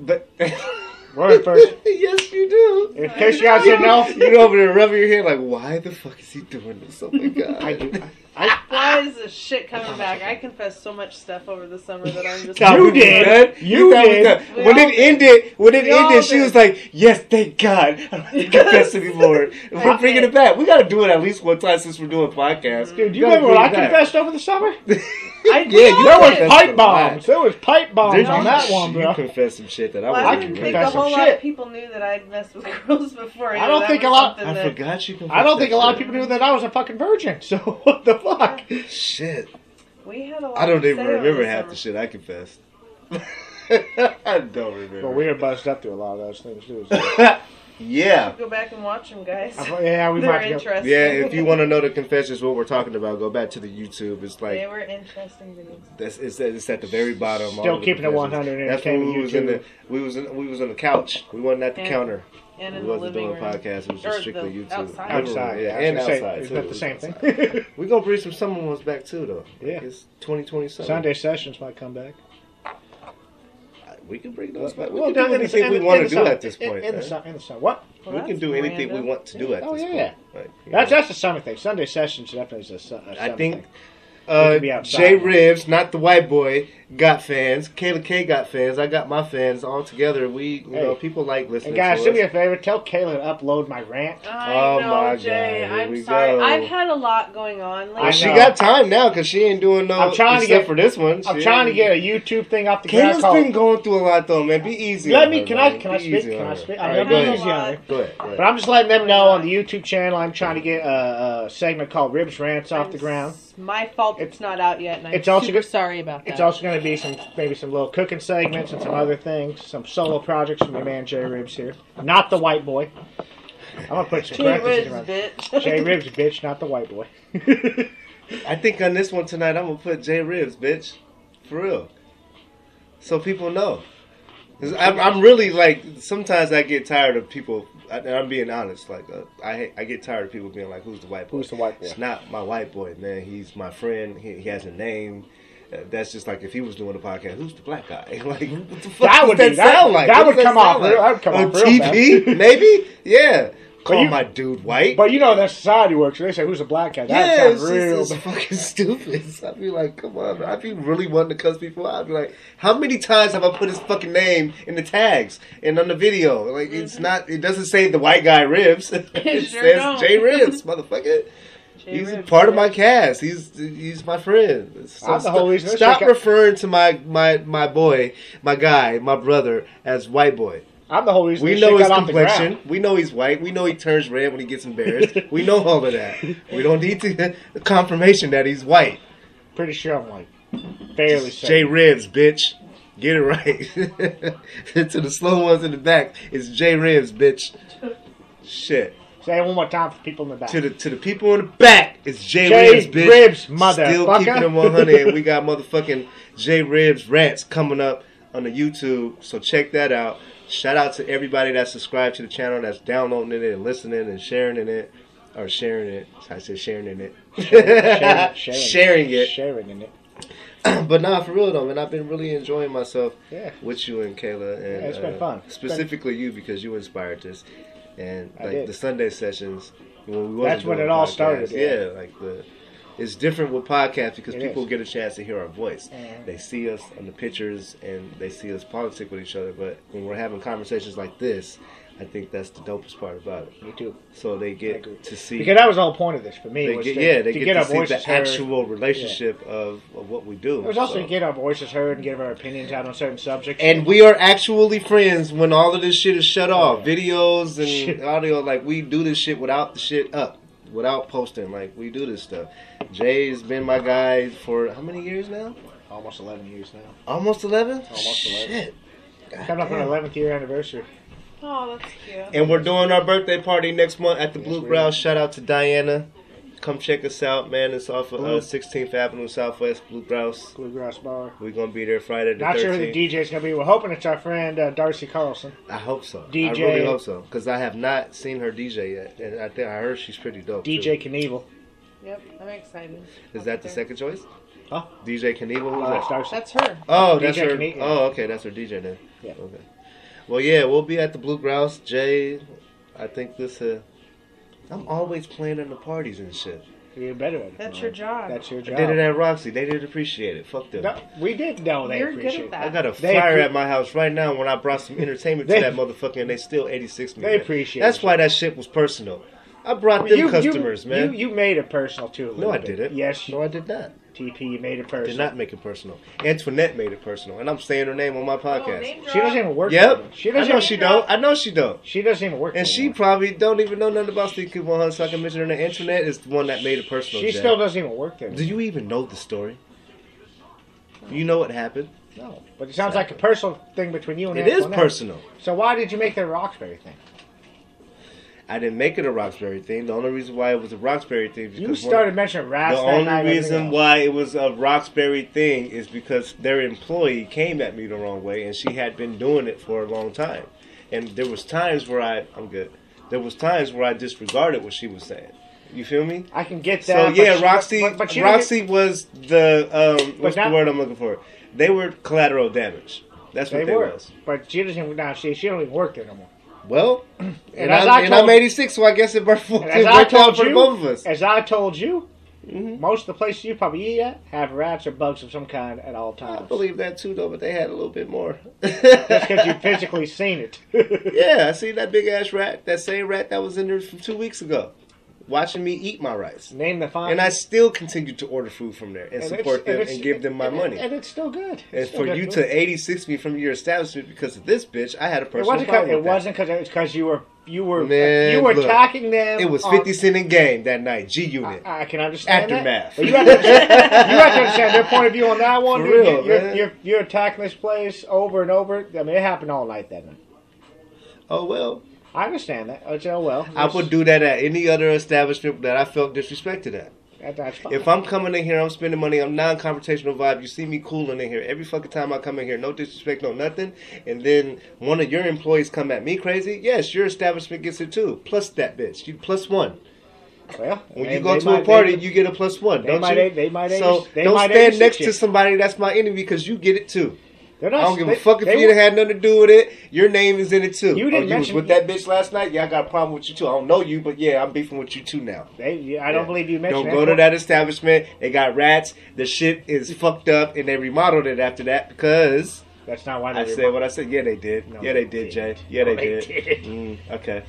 Speaker 3: to confess.
Speaker 2: *laughs*
Speaker 1: But
Speaker 2: We're in first.
Speaker 1: *laughs* yes, you do.
Speaker 2: *laughs* In case you guys
Speaker 1: *laughs*
Speaker 2: didn't know,
Speaker 1: You're over there rubbing your head like, why the fuck is he doing this? Oh my god. *laughs*
Speaker 2: I do. I,
Speaker 3: Why is this shit coming back? I confessed so much stuff over the summer that
Speaker 1: *laughs*
Speaker 3: I'm just.
Speaker 2: You
Speaker 1: Thought we was
Speaker 2: did.
Speaker 1: done.
Speaker 2: You
Speaker 1: We thought we
Speaker 2: did.
Speaker 1: done.
Speaker 3: We
Speaker 1: When
Speaker 3: all
Speaker 1: it
Speaker 3: did.
Speaker 1: ended, when it
Speaker 3: We all
Speaker 1: ended, she
Speaker 3: did.
Speaker 1: was like, "Yes, thank God, *laughs* I don't have to confess
Speaker 2: *laughs*
Speaker 1: anymore." We're
Speaker 3: Thank
Speaker 1: bringing
Speaker 3: you.
Speaker 1: it back. We got to do it at least one time since we're doing podcasts.
Speaker 2: dude, do you remember when I confessed over the summer?
Speaker 1: *laughs*
Speaker 3: I
Speaker 1: yeah, you
Speaker 3: There was
Speaker 1: confessed a
Speaker 2: pipe
Speaker 1: lot.
Speaker 2: bombs. There was pipe bombs
Speaker 1: Did
Speaker 2: on
Speaker 1: you-
Speaker 2: that one, bro.
Speaker 1: You confessed some shit that I
Speaker 3: Well,
Speaker 1: wasn't
Speaker 3: I
Speaker 2: I
Speaker 1: even
Speaker 3: didn't
Speaker 2: can
Speaker 3: think a
Speaker 2: confess
Speaker 1: ready for.
Speaker 2: some
Speaker 3: whole lot
Speaker 2: shit.
Speaker 3: of people knew that I'd messed with *laughs* girls before.
Speaker 2: I don't
Speaker 3: That
Speaker 2: think
Speaker 3: was
Speaker 2: a lot-
Speaker 3: something
Speaker 1: I
Speaker 3: that-
Speaker 1: forgot you.
Speaker 2: I don't
Speaker 1: confessed
Speaker 2: think a lot of
Speaker 1: that
Speaker 2: people knew that I was a fucking virgin. So *laughs* what the fuck?
Speaker 1: shit. Shit,
Speaker 3: We had a lot.
Speaker 1: I don't
Speaker 3: to
Speaker 1: even
Speaker 3: say over
Speaker 1: remember half
Speaker 3: summer.
Speaker 1: the shit I confessed. *laughs* I don't
Speaker 2: But
Speaker 1: remember.
Speaker 2: we were buzzed up through a lot of those things too. so-
Speaker 1: yeah.
Speaker 3: Go back and watch them, guys.
Speaker 2: I thought, *laughs* yeah, we
Speaker 3: *laughs* They're
Speaker 2: might have to go.
Speaker 3: interesting.
Speaker 1: Yeah, if
Speaker 3: *laughs*
Speaker 1: you want to know the confessions, what we're talking about, go back to the YouTube. It's like
Speaker 3: they were interesting videos.
Speaker 1: That's it's, at- it's at the very bottom. all
Speaker 2: Still
Speaker 1: of the
Speaker 2: keeping it
Speaker 1: positions.
Speaker 2: 100 and
Speaker 1: That's when we
Speaker 2: entertainment
Speaker 1: was in the
Speaker 2: YouTube.
Speaker 1: we was in, we was on the couch. We wasn't at the
Speaker 3: And-
Speaker 1: counter.
Speaker 3: And
Speaker 1: We
Speaker 3: in the
Speaker 1: wasn't
Speaker 3: living
Speaker 1: doing a
Speaker 3: room.
Speaker 1: podcast. It was
Speaker 3: Or
Speaker 1: just strictly
Speaker 3: the
Speaker 1: YouTube.
Speaker 3: outside.
Speaker 1: Living room,
Speaker 2: outside.
Speaker 1: yeah,
Speaker 2: I was
Speaker 1: and
Speaker 2: gonna say,
Speaker 1: outside.
Speaker 2: It's
Speaker 1: too.
Speaker 2: not
Speaker 1: It
Speaker 2: the
Speaker 1: was
Speaker 2: same
Speaker 1: outside.
Speaker 2: thing.
Speaker 1: We gonna bring some summer ones back too, though.
Speaker 2: Yeah.
Speaker 1: it's twenty twenty summer.
Speaker 2: Sunday sessions might come back.
Speaker 1: We can bring those back. We
Speaker 2: Well,
Speaker 1: can
Speaker 2: done
Speaker 1: do
Speaker 2: in the-
Speaker 1: anything
Speaker 2: in
Speaker 1: we
Speaker 2: the-
Speaker 1: want
Speaker 2: in
Speaker 1: to
Speaker 2: the
Speaker 1: do
Speaker 2: summer.
Speaker 1: at this
Speaker 2: In-
Speaker 1: point. eh?
Speaker 2: In the
Speaker 1: man.
Speaker 2: summer. In the summer. What?
Speaker 1: We can do anything we want to do at
Speaker 2: Oh,
Speaker 1: this
Speaker 2: yeah.
Speaker 1: point. Like, you
Speaker 2: That's
Speaker 1: know.
Speaker 2: that's the summer thing. Sunday sessions definitely is a, su- a
Speaker 1: I
Speaker 2: summer
Speaker 1: think
Speaker 2: thing.
Speaker 1: uh,
Speaker 2: could be outside.
Speaker 1: Jay Ribs, not the white boy, got fans. Kayla K got fans. I got my fans all together. We, you
Speaker 2: Hey.
Speaker 1: know, people like listening.
Speaker 2: And guys,
Speaker 1: to
Speaker 2: do
Speaker 1: us.
Speaker 2: me a favor. Tell Kayla to upload my rant.
Speaker 3: I
Speaker 1: Oh
Speaker 3: know,
Speaker 1: my
Speaker 3: Jay.
Speaker 1: God, here we
Speaker 3: I'm sorry.
Speaker 1: go.
Speaker 3: I've had a lot going on
Speaker 1: Well,
Speaker 2: I
Speaker 3: lately.
Speaker 1: she
Speaker 2: know.
Speaker 1: got time now because she ain't doing no.
Speaker 2: I'm trying to
Speaker 1: except
Speaker 2: get-
Speaker 1: for this one.
Speaker 2: I'm
Speaker 1: she
Speaker 2: trying to
Speaker 1: ain't-
Speaker 2: get a YouTube thing off the ground.
Speaker 1: Kayla's
Speaker 2: called-
Speaker 1: been going through a lot though, man. Be easy.
Speaker 2: Let
Speaker 1: on
Speaker 2: me.
Speaker 1: her,
Speaker 2: Can
Speaker 1: man.
Speaker 2: I? Can I
Speaker 1: Be
Speaker 2: speak?
Speaker 1: easy
Speaker 2: Can
Speaker 1: on
Speaker 2: I
Speaker 1: her.
Speaker 2: speak?
Speaker 1: All
Speaker 2: I'm
Speaker 1: right,
Speaker 2: not
Speaker 1: go
Speaker 2: being
Speaker 1: ahead.
Speaker 2: easy on her.
Speaker 1: Go ahead. Go ahead.
Speaker 2: But I'm just letting them know on the YouTube channel. I'm trying to get a, a segment called "Ribs Rants" off the
Speaker 3: I'm
Speaker 2: ground.
Speaker 3: s- My fault. It's, not out yet, and I'm
Speaker 2: it's also
Speaker 3: super
Speaker 2: good-
Speaker 3: sorry about that.
Speaker 2: It's also going to be some maybe some little cooking segments and some other things, some solo projects from your man Jay Ribs here, not the white boy. I'm gonna put some
Speaker 3: Two ribs,
Speaker 2: parentheses around.
Speaker 3: bitch.
Speaker 2: Jay Ribs, bitch, not the
Speaker 1: *laughs*
Speaker 2: white boy.
Speaker 1: I think on this one tonight, I'm gonna put J Ribs, bitch, for real, so people know. 'Cause I'm, I'm really like sometimes I get tired of people. I, I'm being honest. Like uh, I I get tired of people being like, "Who's the white boy?"
Speaker 2: Who's the white boy?
Speaker 1: It's not my white boy, man. He's my friend. He, he has a name. Uh, that's just like if he was doing a podcast, who's the black guy? *laughs* like what the fuck
Speaker 2: That
Speaker 1: does
Speaker 2: would
Speaker 1: that
Speaker 2: be- that-
Speaker 1: sound like?
Speaker 2: that
Speaker 1: What
Speaker 2: would
Speaker 1: does
Speaker 2: come
Speaker 1: sound
Speaker 2: off real- that would come
Speaker 1: on
Speaker 2: off real
Speaker 1: TV,
Speaker 2: bad.
Speaker 1: maybe. Yeah, call
Speaker 2: you-
Speaker 1: my dude white.
Speaker 2: But you know that society works. They say who's a black guy. That
Speaker 1: Yeah,
Speaker 2: sounds
Speaker 1: it's,
Speaker 2: real.
Speaker 1: it's, it's fucking stupid. *laughs* So I'd be like, come on, man. I'd be really wanting to cuss people out. I'd be like, how many times have I put his fucking name in the tags and on the video? Like, it's not, it doesn't say the white guy Ribs. *laughs* it
Speaker 3: sure
Speaker 1: says
Speaker 3: don't.
Speaker 1: Jay Ribs, motherfucker.
Speaker 3: *laughs* Jay
Speaker 1: He's a
Speaker 3: ribs,
Speaker 1: part of
Speaker 3: bitch.
Speaker 1: my cast. He's he's my friend. So
Speaker 2: I'm the whole
Speaker 1: st-
Speaker 2: reason this
Speaker 1: stop
Speaker 2: shit got-
Speaker 1: referring to my, my my boy, my guy, my brother as white boy.
Speaker 2: I'm the whole reason
Speaker 1: We
Speaker 2: this
Speaker 1: know
Speaker 2: shit
Speaker 1: his
Speaker 2: got off the
Speaker 1: complexion.
Speaker 2: ground.
Speaker 1: We know he's white. We know he turns red when he gets
Speaker 2: *laughs*
Speaker 1: embarrassed. we know all of that. We don't need to confirmation that he's white.
Speaker 2: Pretty sure I'm like fairly
Speaker 1: Jay
Speaker 2: certain.
Speaker 1: Ribs, bitch. Get it right. *laughs* to the slow ones in the back, it's Jay Ribs, bitch. Shit.
Speaker 2: Say it one more time for people in the back.
Speaker 1: To the to the people in the back, it's Jay,
Speaker 2: Jay
Speaker 1: Ribs, bitch.
Speaker 2: Ribs,
Speaker 1: Still
Speaker 2: motherfucker.
Speaker 1: keeping them 100, and we got motherfucking Jay Ribs rants coming up on the YouTube. So check that out. Shout out to everybody that's subscribed to the channel, that's downloading it and listening and sharing in it, or sharing it. I said sharing in it,
Speaker 2: *laughs* sharing, sharing,
Speaker 1: *laughs* Sharing it.
Speaker 2: sharing in it.
Speaker 1: but nah, for real though, man, I've been really enjoying myself
Speaker 2: Yeah.
Speaker 1: with you and Kayla, and uh,
Speaker 2: Yeah, it's been fun. It's been-
Speaker 1: Specifically, you because you inspired this, and
Speaker 2: I
Speaker 1: like
Speaker 2: did.
Speaker 1: the Sunday sessions. When we wasn't
Speaker 2: That's when
Speaker 1: doing
Speaker 2: it all
Speaker 1: podcasts,
Speaker 2: started, yeah.
Speaker 1: Yeah. like the. It's different with podcasts because
Speaker 2: It
Speaker 1: people
Speaker 2: is.
Speaker 1: get a chance to hear our voice.
Speaker 2: Mhm.
Speaker 1: They see us on the pictures and they see us politic with each other. But when we're having conversations like this, I think that's the dopest part about it.
Speaker 2: Me too.
Speaker 1: So they
Speaker 2: I agree.
Speaker 1: get to see
Speaker 2: Because that was the whole point of this for me.
Speaker 1: they
Speaker 2: was
Speaker 1: get,
Speaker 2: to,
Speaker 1: yeah, they
Speaker 2: to
Speaker 1: get,
Speaker 2: get,
Speaker 1: to
Speaker 2: our
Speaker 1: see the
Speaker 2: voices heard.
Speaker 1: actual relationship of, of what we do.
Speaker 2: It was also
Speaker 1: So-
Speaker 2: to get our voices heard and give our opinions out on certain subjects.
Speaker 1: and we are actually friends when all of this shit is shut off.
Speaker 2: Yeah.
Speaker 1: Videos and
Speaker 2: Shit.
Speaker 1: audio, like we do this shit without the shit up, without posting. Like we do this stuff. Jay's been my guy for how many years now?
Speaker 2: almost 11 years now.
Speaker 1: Almost eleven.
Speaker 2: Almost 11.
Speaker 1: Shit. God
Speaker 2: Coming up on
Speaker 1: damn.
Speaker 2: our 11th year anniversary.
Speaker 3: Oh, that's cute.
Speaker 1: And we're doing our birthday party next month at the
Speaker 2: Yes,
Speaker 1: Blue
Speaker 2: we
Speaker 1: Brow.
Speaker 2: are.
Speaker 1: Shout out to Diana. Come check us out, man. It's off of
Speaker 2: Blue-
Speaker 1: uh, 16th Avenue Southwest, Blue Grouse.
Speaker 2: Bluegrass Bar.
Speaker 1: We're gonna be there Friday the
Speaker 2: Not
Speaker 1: 13th.
Speaker 2: sure who the DJ's gonna be. We're hoping it's our friend uh, Darcy Carlson.
Speaker 1: I hope so.
Speaker 2: DJ.
Speaker 1: I really hope so because I have not seen her DJ yet, and I think I heard she's pretty dope.
Speaker 2: DJ
Speaker 1: too.
Speaker 2: Knievel.
Speaker 3: Yep, I'm excited. I'll
Speaker 1: is that the
Speaker 3: be there.
Speaker 1: second choice?
Speaker 2: Huh?
Speaker 1: DJ Knievel. Who's that?
Speaker 2: Oh, that's Darcy.
Speaker 3: That's her.
Speaker 1: Oh,
Speaker 2: DJ
Speaker 1: that's her.
Speaker 2: Knievel.
Speaker 1: Oh, okay, that's her DJ then.
Speaker 2: Yeah.
Speaker 1: Okay. Well, yeah, we'll be at the Blue Grouse. Jay, I think this. Uh, I'm always playing in the parties and shit.
Speaker 2: You're better at it.
Speaker 3: That's your job.
Speaker 2: That's your
Speaker 1: I
Speaker 2: job.
Speaker 1: did it at Roxy. They didn't appreciate it. Fuck them.
Speaker 2: No, we did know they
Speaker 3: You're good
Speaker 2: appreciate
Speaker 3: at
Speaker 2: it.
Speaker 3: that.
Speaker 1: I got a
Speaker 2: They
Speaker 1: fire
Speaker 2: appre-
Speaker 1: at my house right now when I brought some entertainment
Speaker 2: They-
Speaker 1: to that motherfucker, and they still 86 me.
Speaker 2: They
Speaker 1: man.
Speaker 2: appreciate
Speaker 1: That's
Speaker 2: it.
Speaker 1: why that shit was personal. I brought them customers,
Speaker 2: you,
Speaker 1: man.
Speaker 2: You, you made it personal too. a
Speaker 1: no,
Speaker 2: little
Speaker 1: I
Speaker 2: bit.
Speaker 1: didn't.
Speaker 2: Yes,
Speaker 1: No, I did not.
Speaker 2: TP, you made it
Speaker 1: Did
Speaker 2: personal.
Speaker 1: not make it personal. Antoinette made it personal, and I'm saying her name on my
Speaker 3: Oh,
Speaker 1: podcast.
Speaker 3: name
Speaker 2: She doesn't
Speaker 3: drop.
Speaker 2: even work.
Speaker 1: yep.
Speaker 2: anymore. She
Speaker 1: I
Speaker 2: doesn't.
Speaker 1: know she don't. I know she don't.
Speaker 2: She doesn't even work.
Speaker 1: And she
Speaker 2: anymore.
Speaker 1: probably don't even know nothing about Steve Kid 100, so I can mention her name. Antoinette is the one that made it personal.
Speaker 2: she
Speaker 1: Jack.
Speaker 2: still doesn't even work there.
Speaker 1: Do you even know the story? You know what happened.
Speaker 2: No, but it sounds like a personal thing between you and
Speaker 1: It is
Speaker 2: Antoinette.
Speaker 1: personal.
Speaker 2: So why did you make the Roxbury thing?
Speaker 1: I didn't make it a Roxbury thing. The only reason why it was a Roxbury thing is because
Speaker 2: You
Speaker 1: one-
Speaker 2: started mentioning rats.
Speaker 1: the
Speaker 2: that
Speaker 1: only
Speaker 2: night, everything
Speaker 1: reason
Speaker 2: else.
Speaker 1: why it was a Roxbury thing is because their employee came at me the wrong way, and she had been doing it for a long time. And there was times where I, I'm good. There was times where I disregarded what she was saying. You feel me?
Speaker 2: I can get
Speaker 1: So
Speaker 2: that. but
Speaker 1: yeah,
Speaker 2: she-
Speaker 1: Roxy,
Speaker 2: But, but she didn't
Speaker 1: Roxy was the um, what's
Speaker 2: now-
Speaker 1: the word I'm looking for? They were collateral damage. That's
Speaker 2: Get,
Speaker 1: what
Speaker 2: they
Speaker 1: they,
Speaker 2: were,
Speaker 1: was.
Speaker 2: but she doesn't. even- Now she she don't even work there no more.
Speaker 1: Well, and,
Speaker 2: as I
Speaker 1: I'm, and
Speaker 2: told-
Speaker 1: I'm 86, so I guess it worked, for-
Speaker 2: And as
Speaker 1: it
Speaker 2: I
Speaker 1: worked out
Speaker 2: told
Speaker 1: for
Speaker 2: you,
Speaker 1: both of us.
Speaker 2: as I told you,
Speaker 1: Mhm.
Speaker 2: most of the places you probably eat at have rats or bugs of some kind at all
Speaker 1: I
Speaker 2: times.
Speaker 1: believe that too, though, but they had a little bit more.
Speaker 2: Just because you've physically seen it.
Speaker 1: *laughs* Yeah, I seen that big ass rat, that same rat that was in there from two weeks ago, watching me eat my rice.
Speaker 2: Name the fine.
Speaker 1: And I still continue to order food from there and,
Speaker 2: it's-
Speaker 1: support them
Speaker 2: it's-
Speaker 1: and give them my
Speaker 2: and-
Speaker 1: money.
Speaker 2: And it's still good.
Speaker 1: and
Speaker 2: It's still
Speaker 1: for
Speaker 2: good
Speaker 1: you
Speaker 2: food.
Speaker 1: to 86 me from your establishment because of this bitch, I had a
Speaker 2: It
Speaker 1: personal
Speaker 2: wasn't. Cause,
Speaker 1: problem.
Speaker 2: it
Speaker 1: with that.
Speaker 2: wasn't because it's because you were you were
Speaker 1: Man,
Speaker 2: you were
Speaker 1: look.
Speaker 2: attacking them.
Speaker 1: It was
Speaker 2: on-
Speaker 1: 50 cent in game that night, G Unit.
Speaker 2: I, I can understand that.
Speaker 1: Aftermath.
Speaker 2: But you have, to understand, you have to understand
Speaker 1: *laughs*
Speaker 2: their point of view on that one.
Speaker 1: For
Speaker 2: dude.
Speaker 1: real,
Speaker 2: You- you're,
Speaker 1: man.
Speaker 2: you're, you're attacking this place over and over. I mean, it happened all night that night.
Speaker 1: Oh, well.
Speaker 2: I understand that. It's, oh well.
Speaker 1: I would do that at any other establishment that I felt disrespected at.
Speaker 2: That, that's fine.
Speaker 1: If I'm coming in here, I'm spending money. I'm non-confrontational vibe. You see me cooling in here every fucking time I come in here. No disrespect, no nothing. And then one of your employees come at me crazy. Yes, your establishment gets it too. Plus that bitch. You plus one.
Speaker 2: well,
Speaker 1: When
Speaker 2: they-
Speaker 1: you go
Speaker 2: they
Speaker 1: to
Speaker 2: might-
Speaker 1: a party,
Speaker 2: they-
Speaker 1: you get a plus one.
Speaker 2: they
Speaker 1: don't
Speaker 2: might
Speaker 1: you?
Speaker 2: eight- they might
Speaker 1: so
Speaker 2: eighty- they
Speaker 1: don't
Speaker 2: might
Speaker 1: stand
Speaker 2: 86
Speaker 1: next
Speaker 2: you.
Speaker 1: to somebody that's my enemy because you get it too.
Speaker 2: they're
Speaker 1: I
Speaker 2: not-
Speaker 1: don't give a
Speaker 2: they-
Speaker 1: fuck if
Speaker 2: they
Speaker 1: you didn't
Speaker 2: were-
Speaker 1: have nothing to do with it. Your name is in it too.
Speaker 2: You didn't
Speaker 1: oh, you was
Speaker 2: mention-
Speaker 1: with that bitch last night. Yeah, I got a problem with you too. I don't know you, but yeah, I'm beefing with you too now.
Speaker 2: They, I don't
Speaker 1: Yeah.
Speaker 2: believe you mentioned.
Speaker 1: Don't go to that establishment. They got rats. The shit is fucked up, and they remodeled it after that because
Speaker 2: That's not why they
Speaker 1: I
Speaker 2: were-
Speaker 1: said what I said. Yeah, they did.
Speaker 2: No,
Speaker 1: yeah, they
Speaker 2: they
Speaker 1: did, Jay.
Speaker 2: didn't.
Speaker 1: Yeah, they,
Speaker 2: No, they
Speaker 1: did.
Speaker 2: didn't.
Speaker 1: Mm, okay.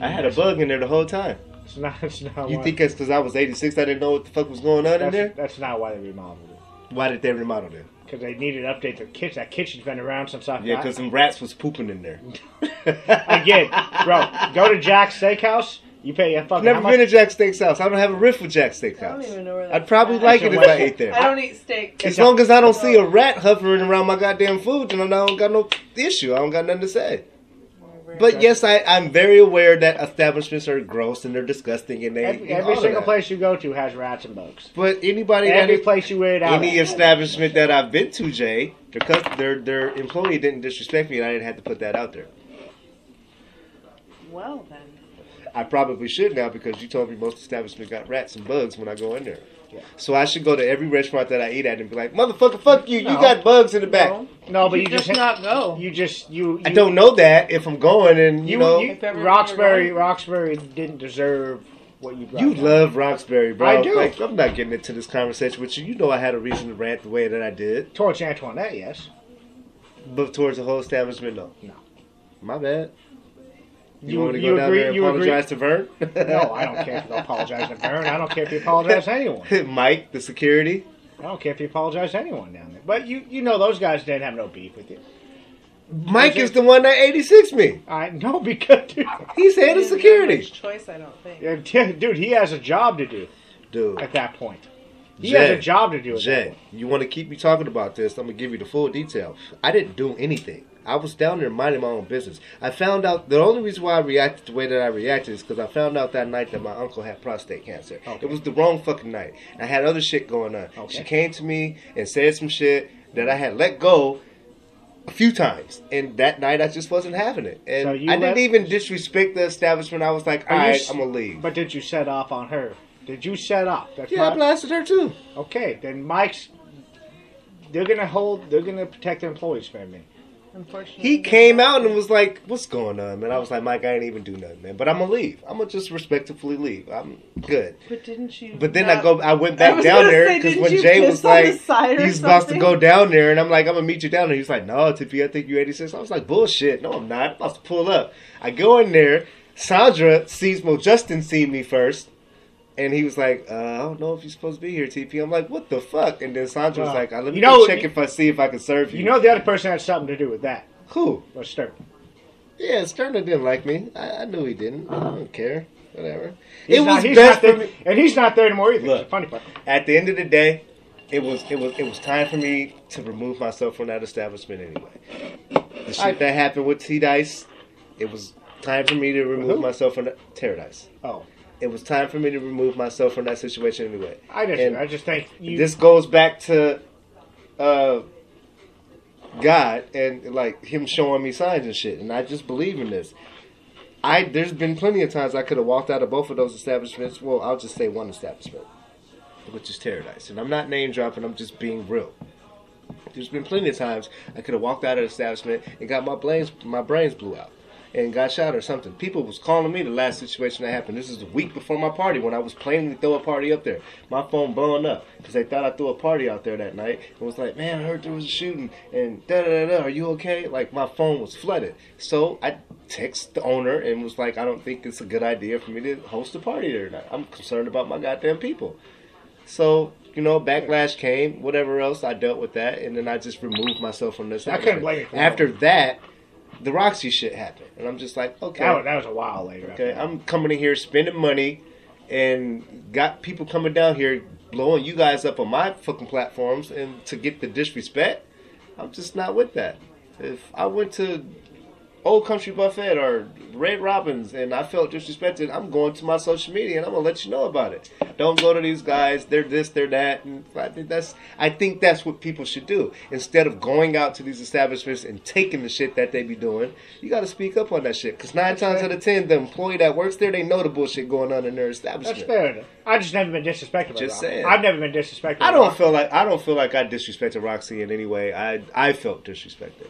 Speaker 1: I had a bug in there the whole time.
Speaker 2: It's not. It's not.
Speaker 1: You
Speaker 2: why,
Speaker 1: think that's because I was 86, I didn't know what the fuck was going on in
Speaker 2: that's,
Speaker 1: there?
Speaker 2: that's not why they remodeled it.
Speaker 1: Why did they remodel it?
Speaker 2: Because they needed to update their kitchen. That kitchen's been around since I.
Speaker 1: Yeah, because some rats was pooping in there.
Speaker 2: again, bro, go to Jack's Steakhouse. You pay a
Speaker 1: *laughs*
Speaker 2: fucking.
Speaker 1: Never
Speaker 2: how
Speaker 1: been to
Speaker 2: much,
Speaker 1: Jack Steak's house. I don't have a riff with Jack Steak's
Speaker 3: I don't
Speaker 1: house.
Speaker 3: even know where that's
Speaker 1: I'd probably
Speaker 3: at.
Speaker 1: like it
Speaker 2: It's a
Speaker 1: if I
Speaker 2: *laughs* Western-
Speaker 1: ate there.
Speaker 3: I don't eat steak.
Speaker 1: As long as I don't see a rat hovering around my goddamn food, then I don't got no issue. I don't got nothing to say. But yes, I, I'm very aware that establishments are gross and they're disgusting and they
Speaker 2: every,
Speaker 1: and
Speaker 2: every
Speaker 1: all of
Speaker 2: single
Speaker 1: that.
Speaker 2: place you go to has rats and bugs.
Speaker 1: But anybody that
Speaker 2: Every
Speaker 1: is,
Speaker 2: place you went out.
Speaker 1: any
Speaker 2: at.
Speaker 1: establishment that I've been to, Jay, their cus- their their employee didn't disrespect me, and I didn't have to put that out there.
Speaker 3: Well then,
Speaker 1: I probably should now because you told me most establishments got rats and bugs when I go in there.
Speaker 2: Yeah.
Speaker 1: So I should go to every restaurant that I eat at and be like, motherfucker, fuck you, you
Speaker 2: No.
Speaker 1: got bugs in the back.
Speaker 3: No.
Speaker 2: No, but you,
Speaker 3: you
Speaker 2: just,
Speaker 3: just not go.
Speaker 2: You just you. you
Speaker 1: I don't know that if I'm going and you,
Speaker 2: You,
Speaker 1: know
Speaker 2: you-
Speaker 3: If everyone
Speaker 2: Roxbury
Speaker 3: were
Speaker 2: Roxbury didn't deserve what you brought.
Speaker 1: You
Speaker 2: up.
Speaker 1: love Roxbury, bro.
Speaker 2: I do.
Speaker 1: Like, I'm not getting into this conversation with you. You know I had a reason to rant the way that I did,
Speaker 2: towards Antoinette, yes.
Speaker 1: but towards the whole establishment, no.
Speaker 2: No.
Speaker 1: My bad. You, want me to
Speaker 2: you
Speaker 1: go down
Speaker 2: agree-
Speaker 1: there and
Speaker 2: you agree-
Speaker 1: apologize to Vern?
Speaker 2: *laughs* No, I don't care if you apologize to Vern. I don't care if you apologize to
Speaker 1: *laughs*
Speaker 2: anyone.
Speaker 1: Mike, the security.
Speaker 2: I don't care if you apologize to anyone down there. But you, you know those guys didn't have no beef with you.
Speaker 1: Mike
Speaker 2: Okay.
Speaker 1: is the one that 86 me.
Speaker 2: I no *laughs* because dude,
Speaker 1: He's
Speaker 3: I
Speaker 1: head of
Speaker 3: didn't have
Speaker 1: security.
Speaker 3: much choice, I don't think.
Speaker 2: yeah, dude, *laughs* he has a job to do
Speaker 1: Dude,
Speaker 2: at that point. He
Speaker 1: Jay.
Speaker 2: has a job to do at that
Speaker 1: Jay, you want to keep me talking about this? I'm going to give you the full detail. I didn't do anything. I was down there minding my own business. I found out the only reason why I reacted the way that I reacted is because I found out that night that my uncle had prostate cancer.
Speaker 2: Okay.
Speaker 1: It was the wrong fucking night. I had other shit going on.
Speaker 2: Okay.
Speaker 1: She came to me and said some shit that I had let go a few times, and that night I just wasn't having it. And
Speaker 2: So
Speaker 1: I
Speaker 2: you
Speaker 1: didn't
Speaker 2: left-
Speaker 1: even disrespect the establishment. I was like,
Speaker 2: Are
Speaker 1: all
Speaker 2: you
Speaker 1: right,
Speaker 2: s-
Speaker 1: I'm gonna leave.
Speaker 2: But did you set off on her? Did you set off? That's
Speaker 1: yeah, I
Speaker 2: my-
Speaker 1: blasted her too.
Speaker 2: Okay, then Mike's. They're gonna hold. They're gonna protect their employees from me.
Speaker 3: Unfortunately,
Speaker 1: He came out and was like, "What's going on, man?" I was like, "Mike, I ain't even do nothing, man. But I'm gonna leave. I'm gonna just respectfully leave. I'm good."
Speaker 3: But didn't you?
Speaker 1: But then I
Speaker 3: not-
Speaker 1: go, I went
Speaker 3: I
Speaker 1: back
Speaker 3: was
Speaker 1: down
Speaker 3: gonna
Speaker 1: there
Speaker 3: say,
Speaker 1: because
Speaker 3: didn't
Speaker 1: when
Speaker 3: you
Speaker 1: Jay
Speaker 3: piss
Speaker 1: was
Speaker 3: on the
Speaker 1: like,
Speaker 3: side or
Speaker 1: he's about to
Speaker 3: something?
Speaker 1: go down there, and I'm like, I'm gonna meet you down there. He's like, No, Tippy, I think you 86. I was like, Bullshit, no, I'm not. I'm about to pull up. I go in there. Sandra sees well, Justin see me first, and he was like, uh, I don't know if you're supposed to be here, TP. I'm like, What the fuck? And then Sandra was
Speaker 2: Wow.
Speaker 1: like, I let me
Speaker 2: You know-
Speaker 1: go check if I see if I can serve you.
Speaker 2: You know the other person had something to do with that.
Speaker 1: who?
Speaker 2: Was Stern.
Speaker 1: Yeah, Sterner didn't like me. I, I knew he didn't. I don't care. Whatever.
Speaker 2: He's
Speaker 1: it
Speaker 2: not-
Speaker 1: was
Speaker 2: he's
Speaker 1: best
Speaker 2: not
Speaker 1: for
Speaker 2: there-
Speaker 1: me.
Speaker 2: and he's not there anymore either.
Speaker 1: Look.
Speaker 2: It's a funny part.
Speaker 1: At the end of the day, it was it was it was time for me to remove myself from that establishment anyway. The shit
Speaker 2: I-
Speaker 1: that happened with T Dice, it was time for me to remove
Speaker 2: Who?
Speaker 1: myself from the Terradice.
Speaker 2: Oh,
Speaker 1: It was time for me to remove myself from that situation anyway.
Speaker 2: I just,
Speaker 1: And-
Speaker 2: I just think you.
Speaker 1: this goes back to uh, God and like Him showing me signs and shit, and I just believe in this. I there's been plenty of times I could have walked out of both of those establishments. Well, I'll just say one establishment, which is Paradise, and I'm not name dropping. I'm just being real. There's been plenty of times I could have walked out of the establishment and got my brains my brains blew out and got shot or something. People was calling me the last situation that happened. This is the week before my party when I was planning to throw a party up there. My phone blowing up because they thought I threw a party out there that night. It was like, man, I heard there was a shooting and da da da. Are you okay? Like my phone was flooded. So I text the owner and was like, I don't think it's a good idea for me to host a party there tonight. I'm concerned about my goddamn people. So you know, backlash came, whatever else. I dealt with that, and then I just removed myself from this.
Speaker 2: I couldn't blame you for that.
Speaker 1: After that, the Roxy shit happened, and I'm just like, okay,
Speaker 2: that, was, that was a while later.
Speaker 1: okay, I'm coming in here spending money, and got people coming down here blowing you guys up on my fucking platforms, and to get the disrespect, I'm just not with that. If I went to Old Country Buffet or Red Robins and I felt disrespected, I'm going to my social media and I'm gonna let you know about it. Don't go to these guys; they're this, they're that, and I think that's I think that's what people should do instead of going out to these establishments and taking the shit that they be doing. You got to speak up on that shit because nine times out of ten, the employee that works there they know the bullshit going on in their
Speaker 2: That's
Speaker 1: establishment.
Speaker 2: fair enough. I just never been disrespected. by
Speaker 1: Just
Speaker 2: Rob.
Speaker 1: saying.
Speaker 2: I've never been disrespected.
Speaker 1: I
Speaker 2: by
Speaker 1: don't
Speaker 2: Rob.
Speaker 1: feel like I don't feel like I disrespected Roxy in any way. I I felt disrespected,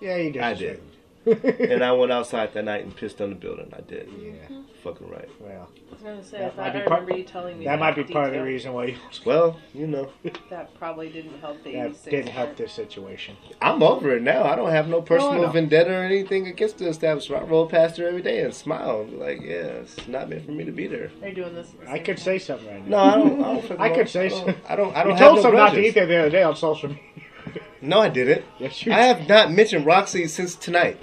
Speaker 2: Yeah, you did.
Speaker 1: I did. and I went outside that night and pissed on the building. I did.
Speaker 2: Yeah.
Speaker 1: Fucking right.
Speaker 2: *laughs* Well,
Speaker 3: I was gonna say, I
Speaker 2: That
Speaker 3: thought
Speaker 2: might be
Speaker 3: I
Speaker 2: part-
Speaker 3: remember you telling me
Speaker 2: that might be part of the
Speaker 3: detail.
Speaker 2: reason why you,
Speaker 1: Well, you know. *laughs*
Speaker 3: That probably didn't help the
Speaker 2: that
Speaker 3: 86
Speaker 2: didn't help
Speaker 3: part.
Speaker 2: this situation.
Speaker 1: I'm over it now. I don't have no personal
Speaker 2: know.
Speaker 1: vendetta or anything against the establishment. I roll past her every day and smile and be like, yeah, it's not meant for me to be there.
Speaker 3: They're doing this. at the
Speaker 2: I
Speaker 3: same
Speaker 2: could
Speaker 3: time.
Speaker 2: say something right
Speaker 1: No,
Speaker 2: now.
Speaker 1: I don't. I, *laughs* don't fucking-
Speaker 2: I could say
Speaker 1: I don't-
Speaker 2: so.
Speaker 1: I don't. I don't
Speaker 2: Oh, you
Speaker 1: have
Speaker 2: told
Speaker 1: no
Speaker 2: some not to
Speaker 1: grudges.
Speaker 2: eat there the other day on social media.
Speaker 1: No, I didn't.
Speaker 2: Yes, you.
Speaker 1: I have not mentioned Roxy since tonight.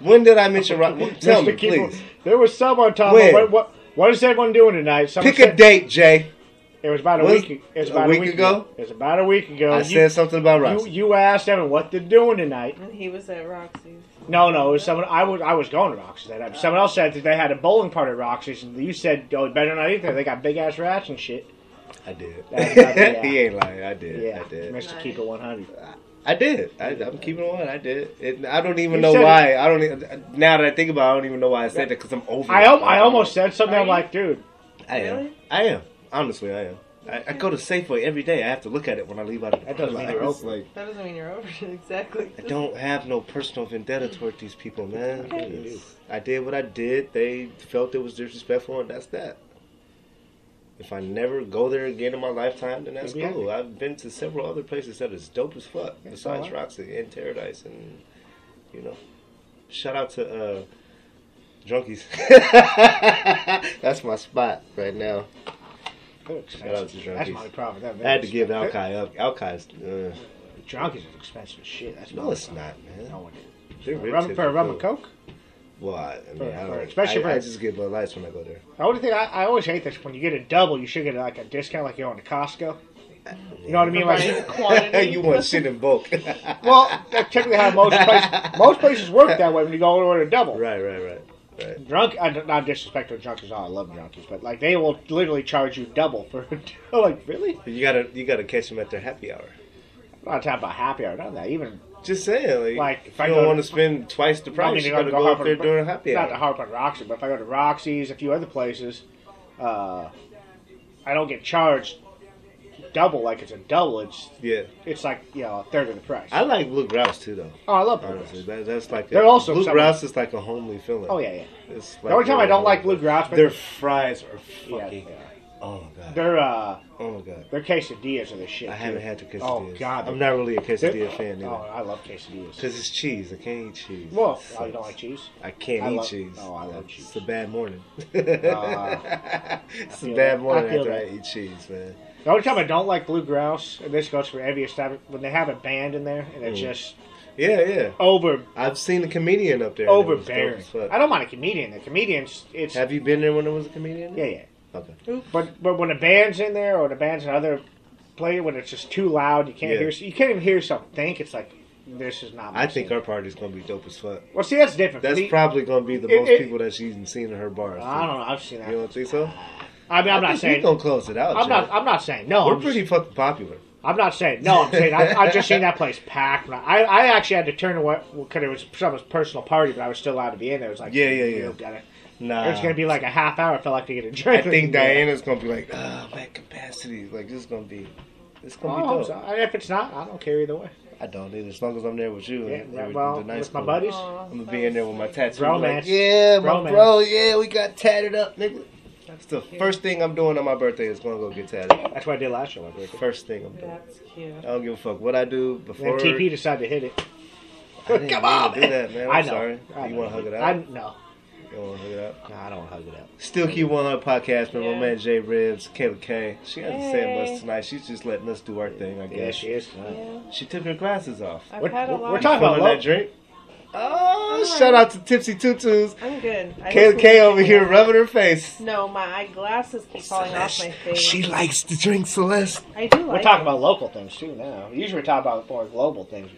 Speaker 1: When did I mention Roxy? Tell me,
Speaker 2: Mr. Keeble,
Speaker 1: please.
Speaker 2: There was someone talking.
Speaker 1: When?
Speaker 2: About, what, what, what is everyone doing tonight? Someone
Speaker 1: Pick a
Speaker 2: said-
Speaker 1: date, Jay.
Speaker 2: It was about a
Speaker 1: Was-
Speaker 2: week. It was
Speaker 1: a
Speaker 2: about a
Speaker 1: week
Speaker 2: week,
Speaker 1: ago?
Speaker 2: It was about a week ago.
Speaker 1: I
Speaker 2: Oh, you,
Speaker 1: said something about
Speaker 2: you,
Speaker 1: Roxy.
Speaker 2: you asked them what they're doing tonight.
Speaker 3: And he was at Roxy's.
Speaker 2: No, no, it was someone. I was I was going to Roxy's that night. but Someone else said that they had a bowling party at Roxy's, and you said, "Oh, better not eat there. They got big ass rats and shit."
Speaker 1: I did.
Speaker 2: That's not
Speaker 1: *laughs*
Speaker 2: bad.
Speaker 1: he ain't lying. I did.
Speaker 2: Yeah,
Speaker 1: I did.
Speaker 2: Mr. Keep it one hundred.
Speaker 1: I did. I, I'm keeping it one. I did. It, I don't even
Speaker 2: You
Speaker 1: know
Speaker 2: said
Speaker 1: why. I don't. e- Now that I think about, it, I don't even know why I said that because I'm over.
Speaker 2: I
Speaker 1: it.
Speaker 2: al- I almost said something.
Speaker 3: Are
Speaker 2: I'm
Speaker 3: you-
Speaker 2: like, dude,
Speaker 1: I am.
Speaker 3: Really?
Speaker 1: I am. Honestly, I am. I, I go to Safeway every day. I have to look at it when I leave out of the
Speaker 2: That doesn't
Speaker 1: car.
Speaker 2: mean you're
Speaker 1: It's
Speaker 2: open.
Speaker 1: like,
Speaker 3: That doesn't mean you're over it *laughs* exactly.
Speaker 1: I don't have no personal vendetta toward these people, man.
Speaker 3: Okay.
Speaker 1: It's- I did what I did. They felt it was disrespectful, and that's that. If I never go there again in my lifetime, then that's
Speaker 2: You'll be
Speaker 1: cool. I've been to several other places that is dope as fuck,
Speaker 2: That's
Speaker 1: besides
Speaker 2: all right.
Speaker 1: Roxy and Paradise, and you know, shout out to uh, Drunkies. *laughs* that's my spot right now.
Speaker 2: they're
Speaker 1: out to
Speaker 2: expensive.
Speaker 1: Drunkies.
Speaker 2: That's my only problem. That
Speaker 1: I had to give Alki up. Alki's uh,
Speaker 2: Drunkies is expensive as shit. That's my
Speaker 1: no,
Speaker 2: only
Speaker 1: it's
Speaker 2: problem.
Speaker 1: not, man.
Speaker 2: No, it
Speaker 1: They're
Speaker 2: is.
Speaker 1: rib
Speaker 2: Rum,
Speaker 1: tips
Speaker 2: for a
Speaker 1: are
Speaker 2: rum and
Speaker 1: good.
Speaker 2: coke.
Speaker 1: Well, I, I mean,
Speaker 2: For-
Speaker 1: I don't.
Speaker 2: for- especially
Speaker 1: I,
Speaker 2: for-
Speaker 1: I just get Bud
Speaker 2: *laughs*
Speaker 1: Lights when I go there.
Speaker 2: The only thing I, I always hate this when you get a double, you should get like a discount, like you go into Costco. You know what I mean? *laughs*
Speaker 3: Providing
Speaker 2: Like,
Speaker 3: quantity.
Speaker 1: you want shit in
Speaker 2: *laughs*
Speaker 1: bulk.
Speaker 2: well, that's typically how most places, most places work that way when you go order a double.
Speaker 1: right, right, right, right.
Speaker 2: Drunk, I, not disrespect to junkies. Oh, I love junkies, but like they will literally charge you *laughs* double for. like really?
Speaker 1: You gotta you gotta catch them at their happy hour.
Speaker 2: I'm not talking about happy hour, none of that. Even
Speaker 1: Just saying, like,
Speaker 2: Like,
Speaker 1: if
Speaker 2: if I
Speaker 1: you
Speaker 2: go
Speaker 1: don't
Speaker 2: to-
Speaker 1: want to spend twice the price,
Speaker 2: I mean,
Speaker 1: you
Speaker 2: if
Speaker 1: gotta
Speaker 2: I
Speaker 1: go up there
Speaker 2: Harper-
Speaker 1: during happy
Speaker 2: Not to
Speaker 1: hour.
Speaker 2: harp on Roxy, but if I go to Roxy's, a few other places, uh, I don't get charged double like it's a double. It's
Speaker 1: Yeah,
Speaker 2: it's like you know a third of the price.
Speaker 1: I like blue grouse too, though.
Speaker 2: oh, I love
Speaker 1: Honestly, that,
Speaker 2: Bluegrass.
Speaker 1: that's like
Speaker 2: They're
Speaker 1: a,
Speaker 2: also
Speaker 1: blue
Speaker 2: some-
Speaker 1: grouse is like a homely feeling.
Speaker 2: Oh yeah, yeah.
Speaker 1: It's like
Speaker 2: The only time I don't like Blue Grouse, but
Speaker 1: their fries are
Speaker 2: yeah,
Speaker 1: fucking.
Speaker 2: yeah.
Speaker 1: Oh my god.
Speaker 2: their uh,
Speaker 1: Oh my god.
Speaker 2: their quesadillas are the shit.
Speaker 1: I
Speaker 2: too.
Speaker 1: haven't had the quesadillas.
Speaker 2: Oh god,
Speaker 1: I'm not really a
Speaker 2: they're-
Speaker 1: quesadilla fan
Speaker 2: Oh,
Speaker 1: either.
Speaker 2: I love quesadillas.
Speaker 1: Because it's cheese. I can't eat cheese.
Speaker 2: Well,
Speaker 1: It
Speaker 2: oh, you don't
Speaker 1: sucks.
Speaker 2: like cheese?
Speaker 1: I can't
Speaker 2: I
Speaker 1: eat
Speaker 2: love-
Speaker 1: cheese.
Speaker 2: oh, I love
Speaker 1: It's
Speaker 2: cheese.
Speaker 1: a bad
Speaker 2: *laughs*
Speaker 1: morning. it's a
Speaker 2: feel
Speaker 1: bad
Speaker 2: that.
Speaker 1: morning
Speaker 2: I feel
Speaker 1: after
Speaker 2: that.
Speaker 1: I eat cheese, man.
Speaker 2: The only time I don't like blue grouse, and this goes for every establishment, when they have a band in there
Speaker 1: Mm.
Speaker 2: and they're just
Speaker 1: Yeah, yeah.
Speaker 2: over
Speaker 1: I've seen a comedian up there. and it was dope
Speaker 2: overbearing.
Speaker 1: as fuck.
Speaker 2: I don't mind a comedian. The comedians, it's
Speaker 1: Have you been there when it was a comedian?
Speaker 2: yeah, yeah.
Speaker 1: Okay.
Speaker 2: But but when a band's in there or the band's another play when it's just too loud, you can't
Speaker 1: Yeah.
Speaker 2: hear. You can't even hear yourself think. It's like this is not. my
Speaker 1: I think
Speaker 2: scene.
Speaker 1: our party's gonna be dope as fuck.
Speaker 2: Well, see, that's different.
Speaker 1: That's
Speaker 2: Me-
Speaker 1: probably gonna be the
Speaker 2: It-
Speaker 1: most
Speaker 2: it-
Speaker 1: people that she's even seen in her bars.
Speaker 2: I
Speaker 1: too.
Speaker 2: don't know. I've seen that.
Speaker 1: You don't think so?
Speaker 2: I mean, I'm
Speaker 1: I
Speaker 2: not
Speaker 1: think
Speaker 2: saying.
Speaker 1: we gonna close it out.
Speaker 2: I'm not.
Speaker 1: Jared.
Speaker 2: I'm not saying no.
Speaker 1: We're
Speaker 2: I'm
Speaker 1: pretty fucking popular.
Speaker 2: I'm not saying no. I'm saying I, I've just seen that place packed. I, I actually had to turn away because it was someone's personal party, but I was still allowed to be in there. It was like
Speaker 1: Yeah, yeah, yeah.
Speaker 2: You gotta,
Speaker 1: Nah.
Speaker 2: There's gonna be like a half hour. I felt like to get a
Speaker 1: I
Speaker 2: drink.
Speaker 1: think
Speaker 2: *laughs* Yeah.
Speaker 1: Diana's gonna be like, ah, oh, my capacity. Like this is gonna be, it's
Speaker 2: Oh,
Speaker 1: gonna
Speaker 2: I hope
Speaker 1: be
Speaker 2: so.
Speaker 1: dope.
Speaker 2: And if it's not, I don't care either way.
Speaker 1: I don't either. As long as I'm there with you,
Speaker 2: Yeah,
Speaker 1: and
Speaker 2: yeah,
Speaker 1: everything's
Speaker 2: well,
Speaker 1: a nice
Speaker 2: with my
Speaker 1: cool.
Speaker 2: buddies.
Speaker 3: Aw,
Speaker 1: I'm gonna
Speaker 3: that
Speaker 1: be in there
Speaker 3: was
Speaker 1: with my
Speaker 3: sweet.
Speaker 1: tattoo.
Speaker 2: Romance.
Speaker 1: Like, yeah, my
Speaker 2: Romance.
Speaker 1: bro. Yeah, we got tatted up, nigga. That's the first thing I'm doing on my birthday is gonna go get tatted.
Speaker 2: That's what I did last year. Like,
Speaker 1: First thing I'm doing.
Speaker 3: That's cute.
Speaker 1: I don't give a fuck what I do
Speaker 2: then
Speaker 1: before.
Speaker 2: TP decided to hit it.
Speaker 1: I didn't
Speaker 2: Come
Speaker 1: mean to
Speaker 2: on,
Speaker 1: do
Speaker 2: man.
Speaker 1: that, man. I'm
Speaker 2: I know.
Speaker 1: sorry.
Speaker 2: I
Speaker 1: you
Speaker 2: know.
Speaker 1: want to hug it out?
Speaker 2: I no.
Speaker 1: You want to hug it out?
Speaker 2: No, I don't want to hug it up.
Speaker 1: Still keep one hundred podcast, man. My
Speaker 3: Yeah.
Speaker 1: man Jay Ribs, Kayla K. She hasn't said
Speaker 3: Hey.
Speaker 1: much tonight. She's just letting us do our thing, I
Speaker 2: Yeah,
Speaker 1: guess.
Speaker 2: she is.
Speaker 3: Yeah.
Speaker 1: She took her glasses off.
Speaker 3: I've
Speaker 2: We're-
Speaker 3: had a
Speaker 2: we're-
Speaker 3: lot.
Speaker 2: we're talking-
Speaker 1: Filling
Speaker 2: about
Speaker 1: that drink. Oh,
Speaker 3: Alright.
Speaker 1: shout out to Tipsy Tutus.
Speaker 3: I'm good. I
Speaker 1: Kayla
Speaker 3: just-
Speaker 1: K over here rubbing her face.
Speaker 3: No, my glasses keep falling off my face.
Speaker 1: She likes to drink Celeste.
Speaker 3: I do like.
Speaker 2: We're
Speaker 3: it.
Speaker 2: talking about local things too now. Usually we talk about more global things.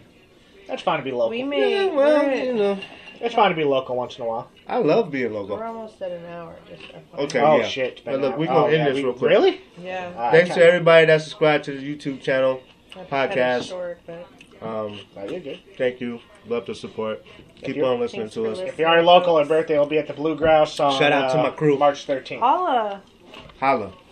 Speaker 2: That's fine to be local.
Speaker 3: We
Speaker 1: Yeah,
Speaker 3: made.
Speaker 1: well,
Speaker 3: we're,
Speaker 1: you
Speaker 3: at-
Speaker 1: know,
Speaker 2: it's fine to be local once in a while.
Speaker 1: I love being
Speaker 3: we're
Speaker 1: local.
Speaker 3: almost at an hour. Just FYI.
Speaker 1: Okay,
Speaker 2: oh
Speaker 1: yeah.
Speaker 2: shit! it's
Speaker 1: But
Speaker 2: been an
Speaker 1: look,
Speaker 2: hour.
Speaker 1: we're gonna
Speaker 2: Oh,
Speaker 1: end
Speaker 2: yeah,
Speaker 1: this
Speaker 2: we-
Speaker 1: real quick.
Speaker 2: Really?
Speaker 3: Yeah.
Speaker 2: All right,
Speaker 1: Thanks to
Speaker 2: okay.
Speaker 1: everybody that subscribed to the YouTube channel.
Speaker 3: That's kind of
Speaker 1: Podcast.
Speaker 3: short, but
Speaker 1: Um,
Speaker 2: No, you're good.
Speaker 1: thank you. Love the support. Keep
Speaker 2: you.
Speaker 1: on listening
Speaker 3: Thanks
Speaker 1: to
Speaker 3: for
Speaker 1: us.
Speaker 3: listening.
Speaker 2: If you are local, our birthday will be at the Blue Grouse on
Speaker 1: Shout out to
Speaker 2: uh,
Speaker 1: my crew.
Speaker 2: March 13th.
Speaker 3: Paula.
Speaker 1: Holla.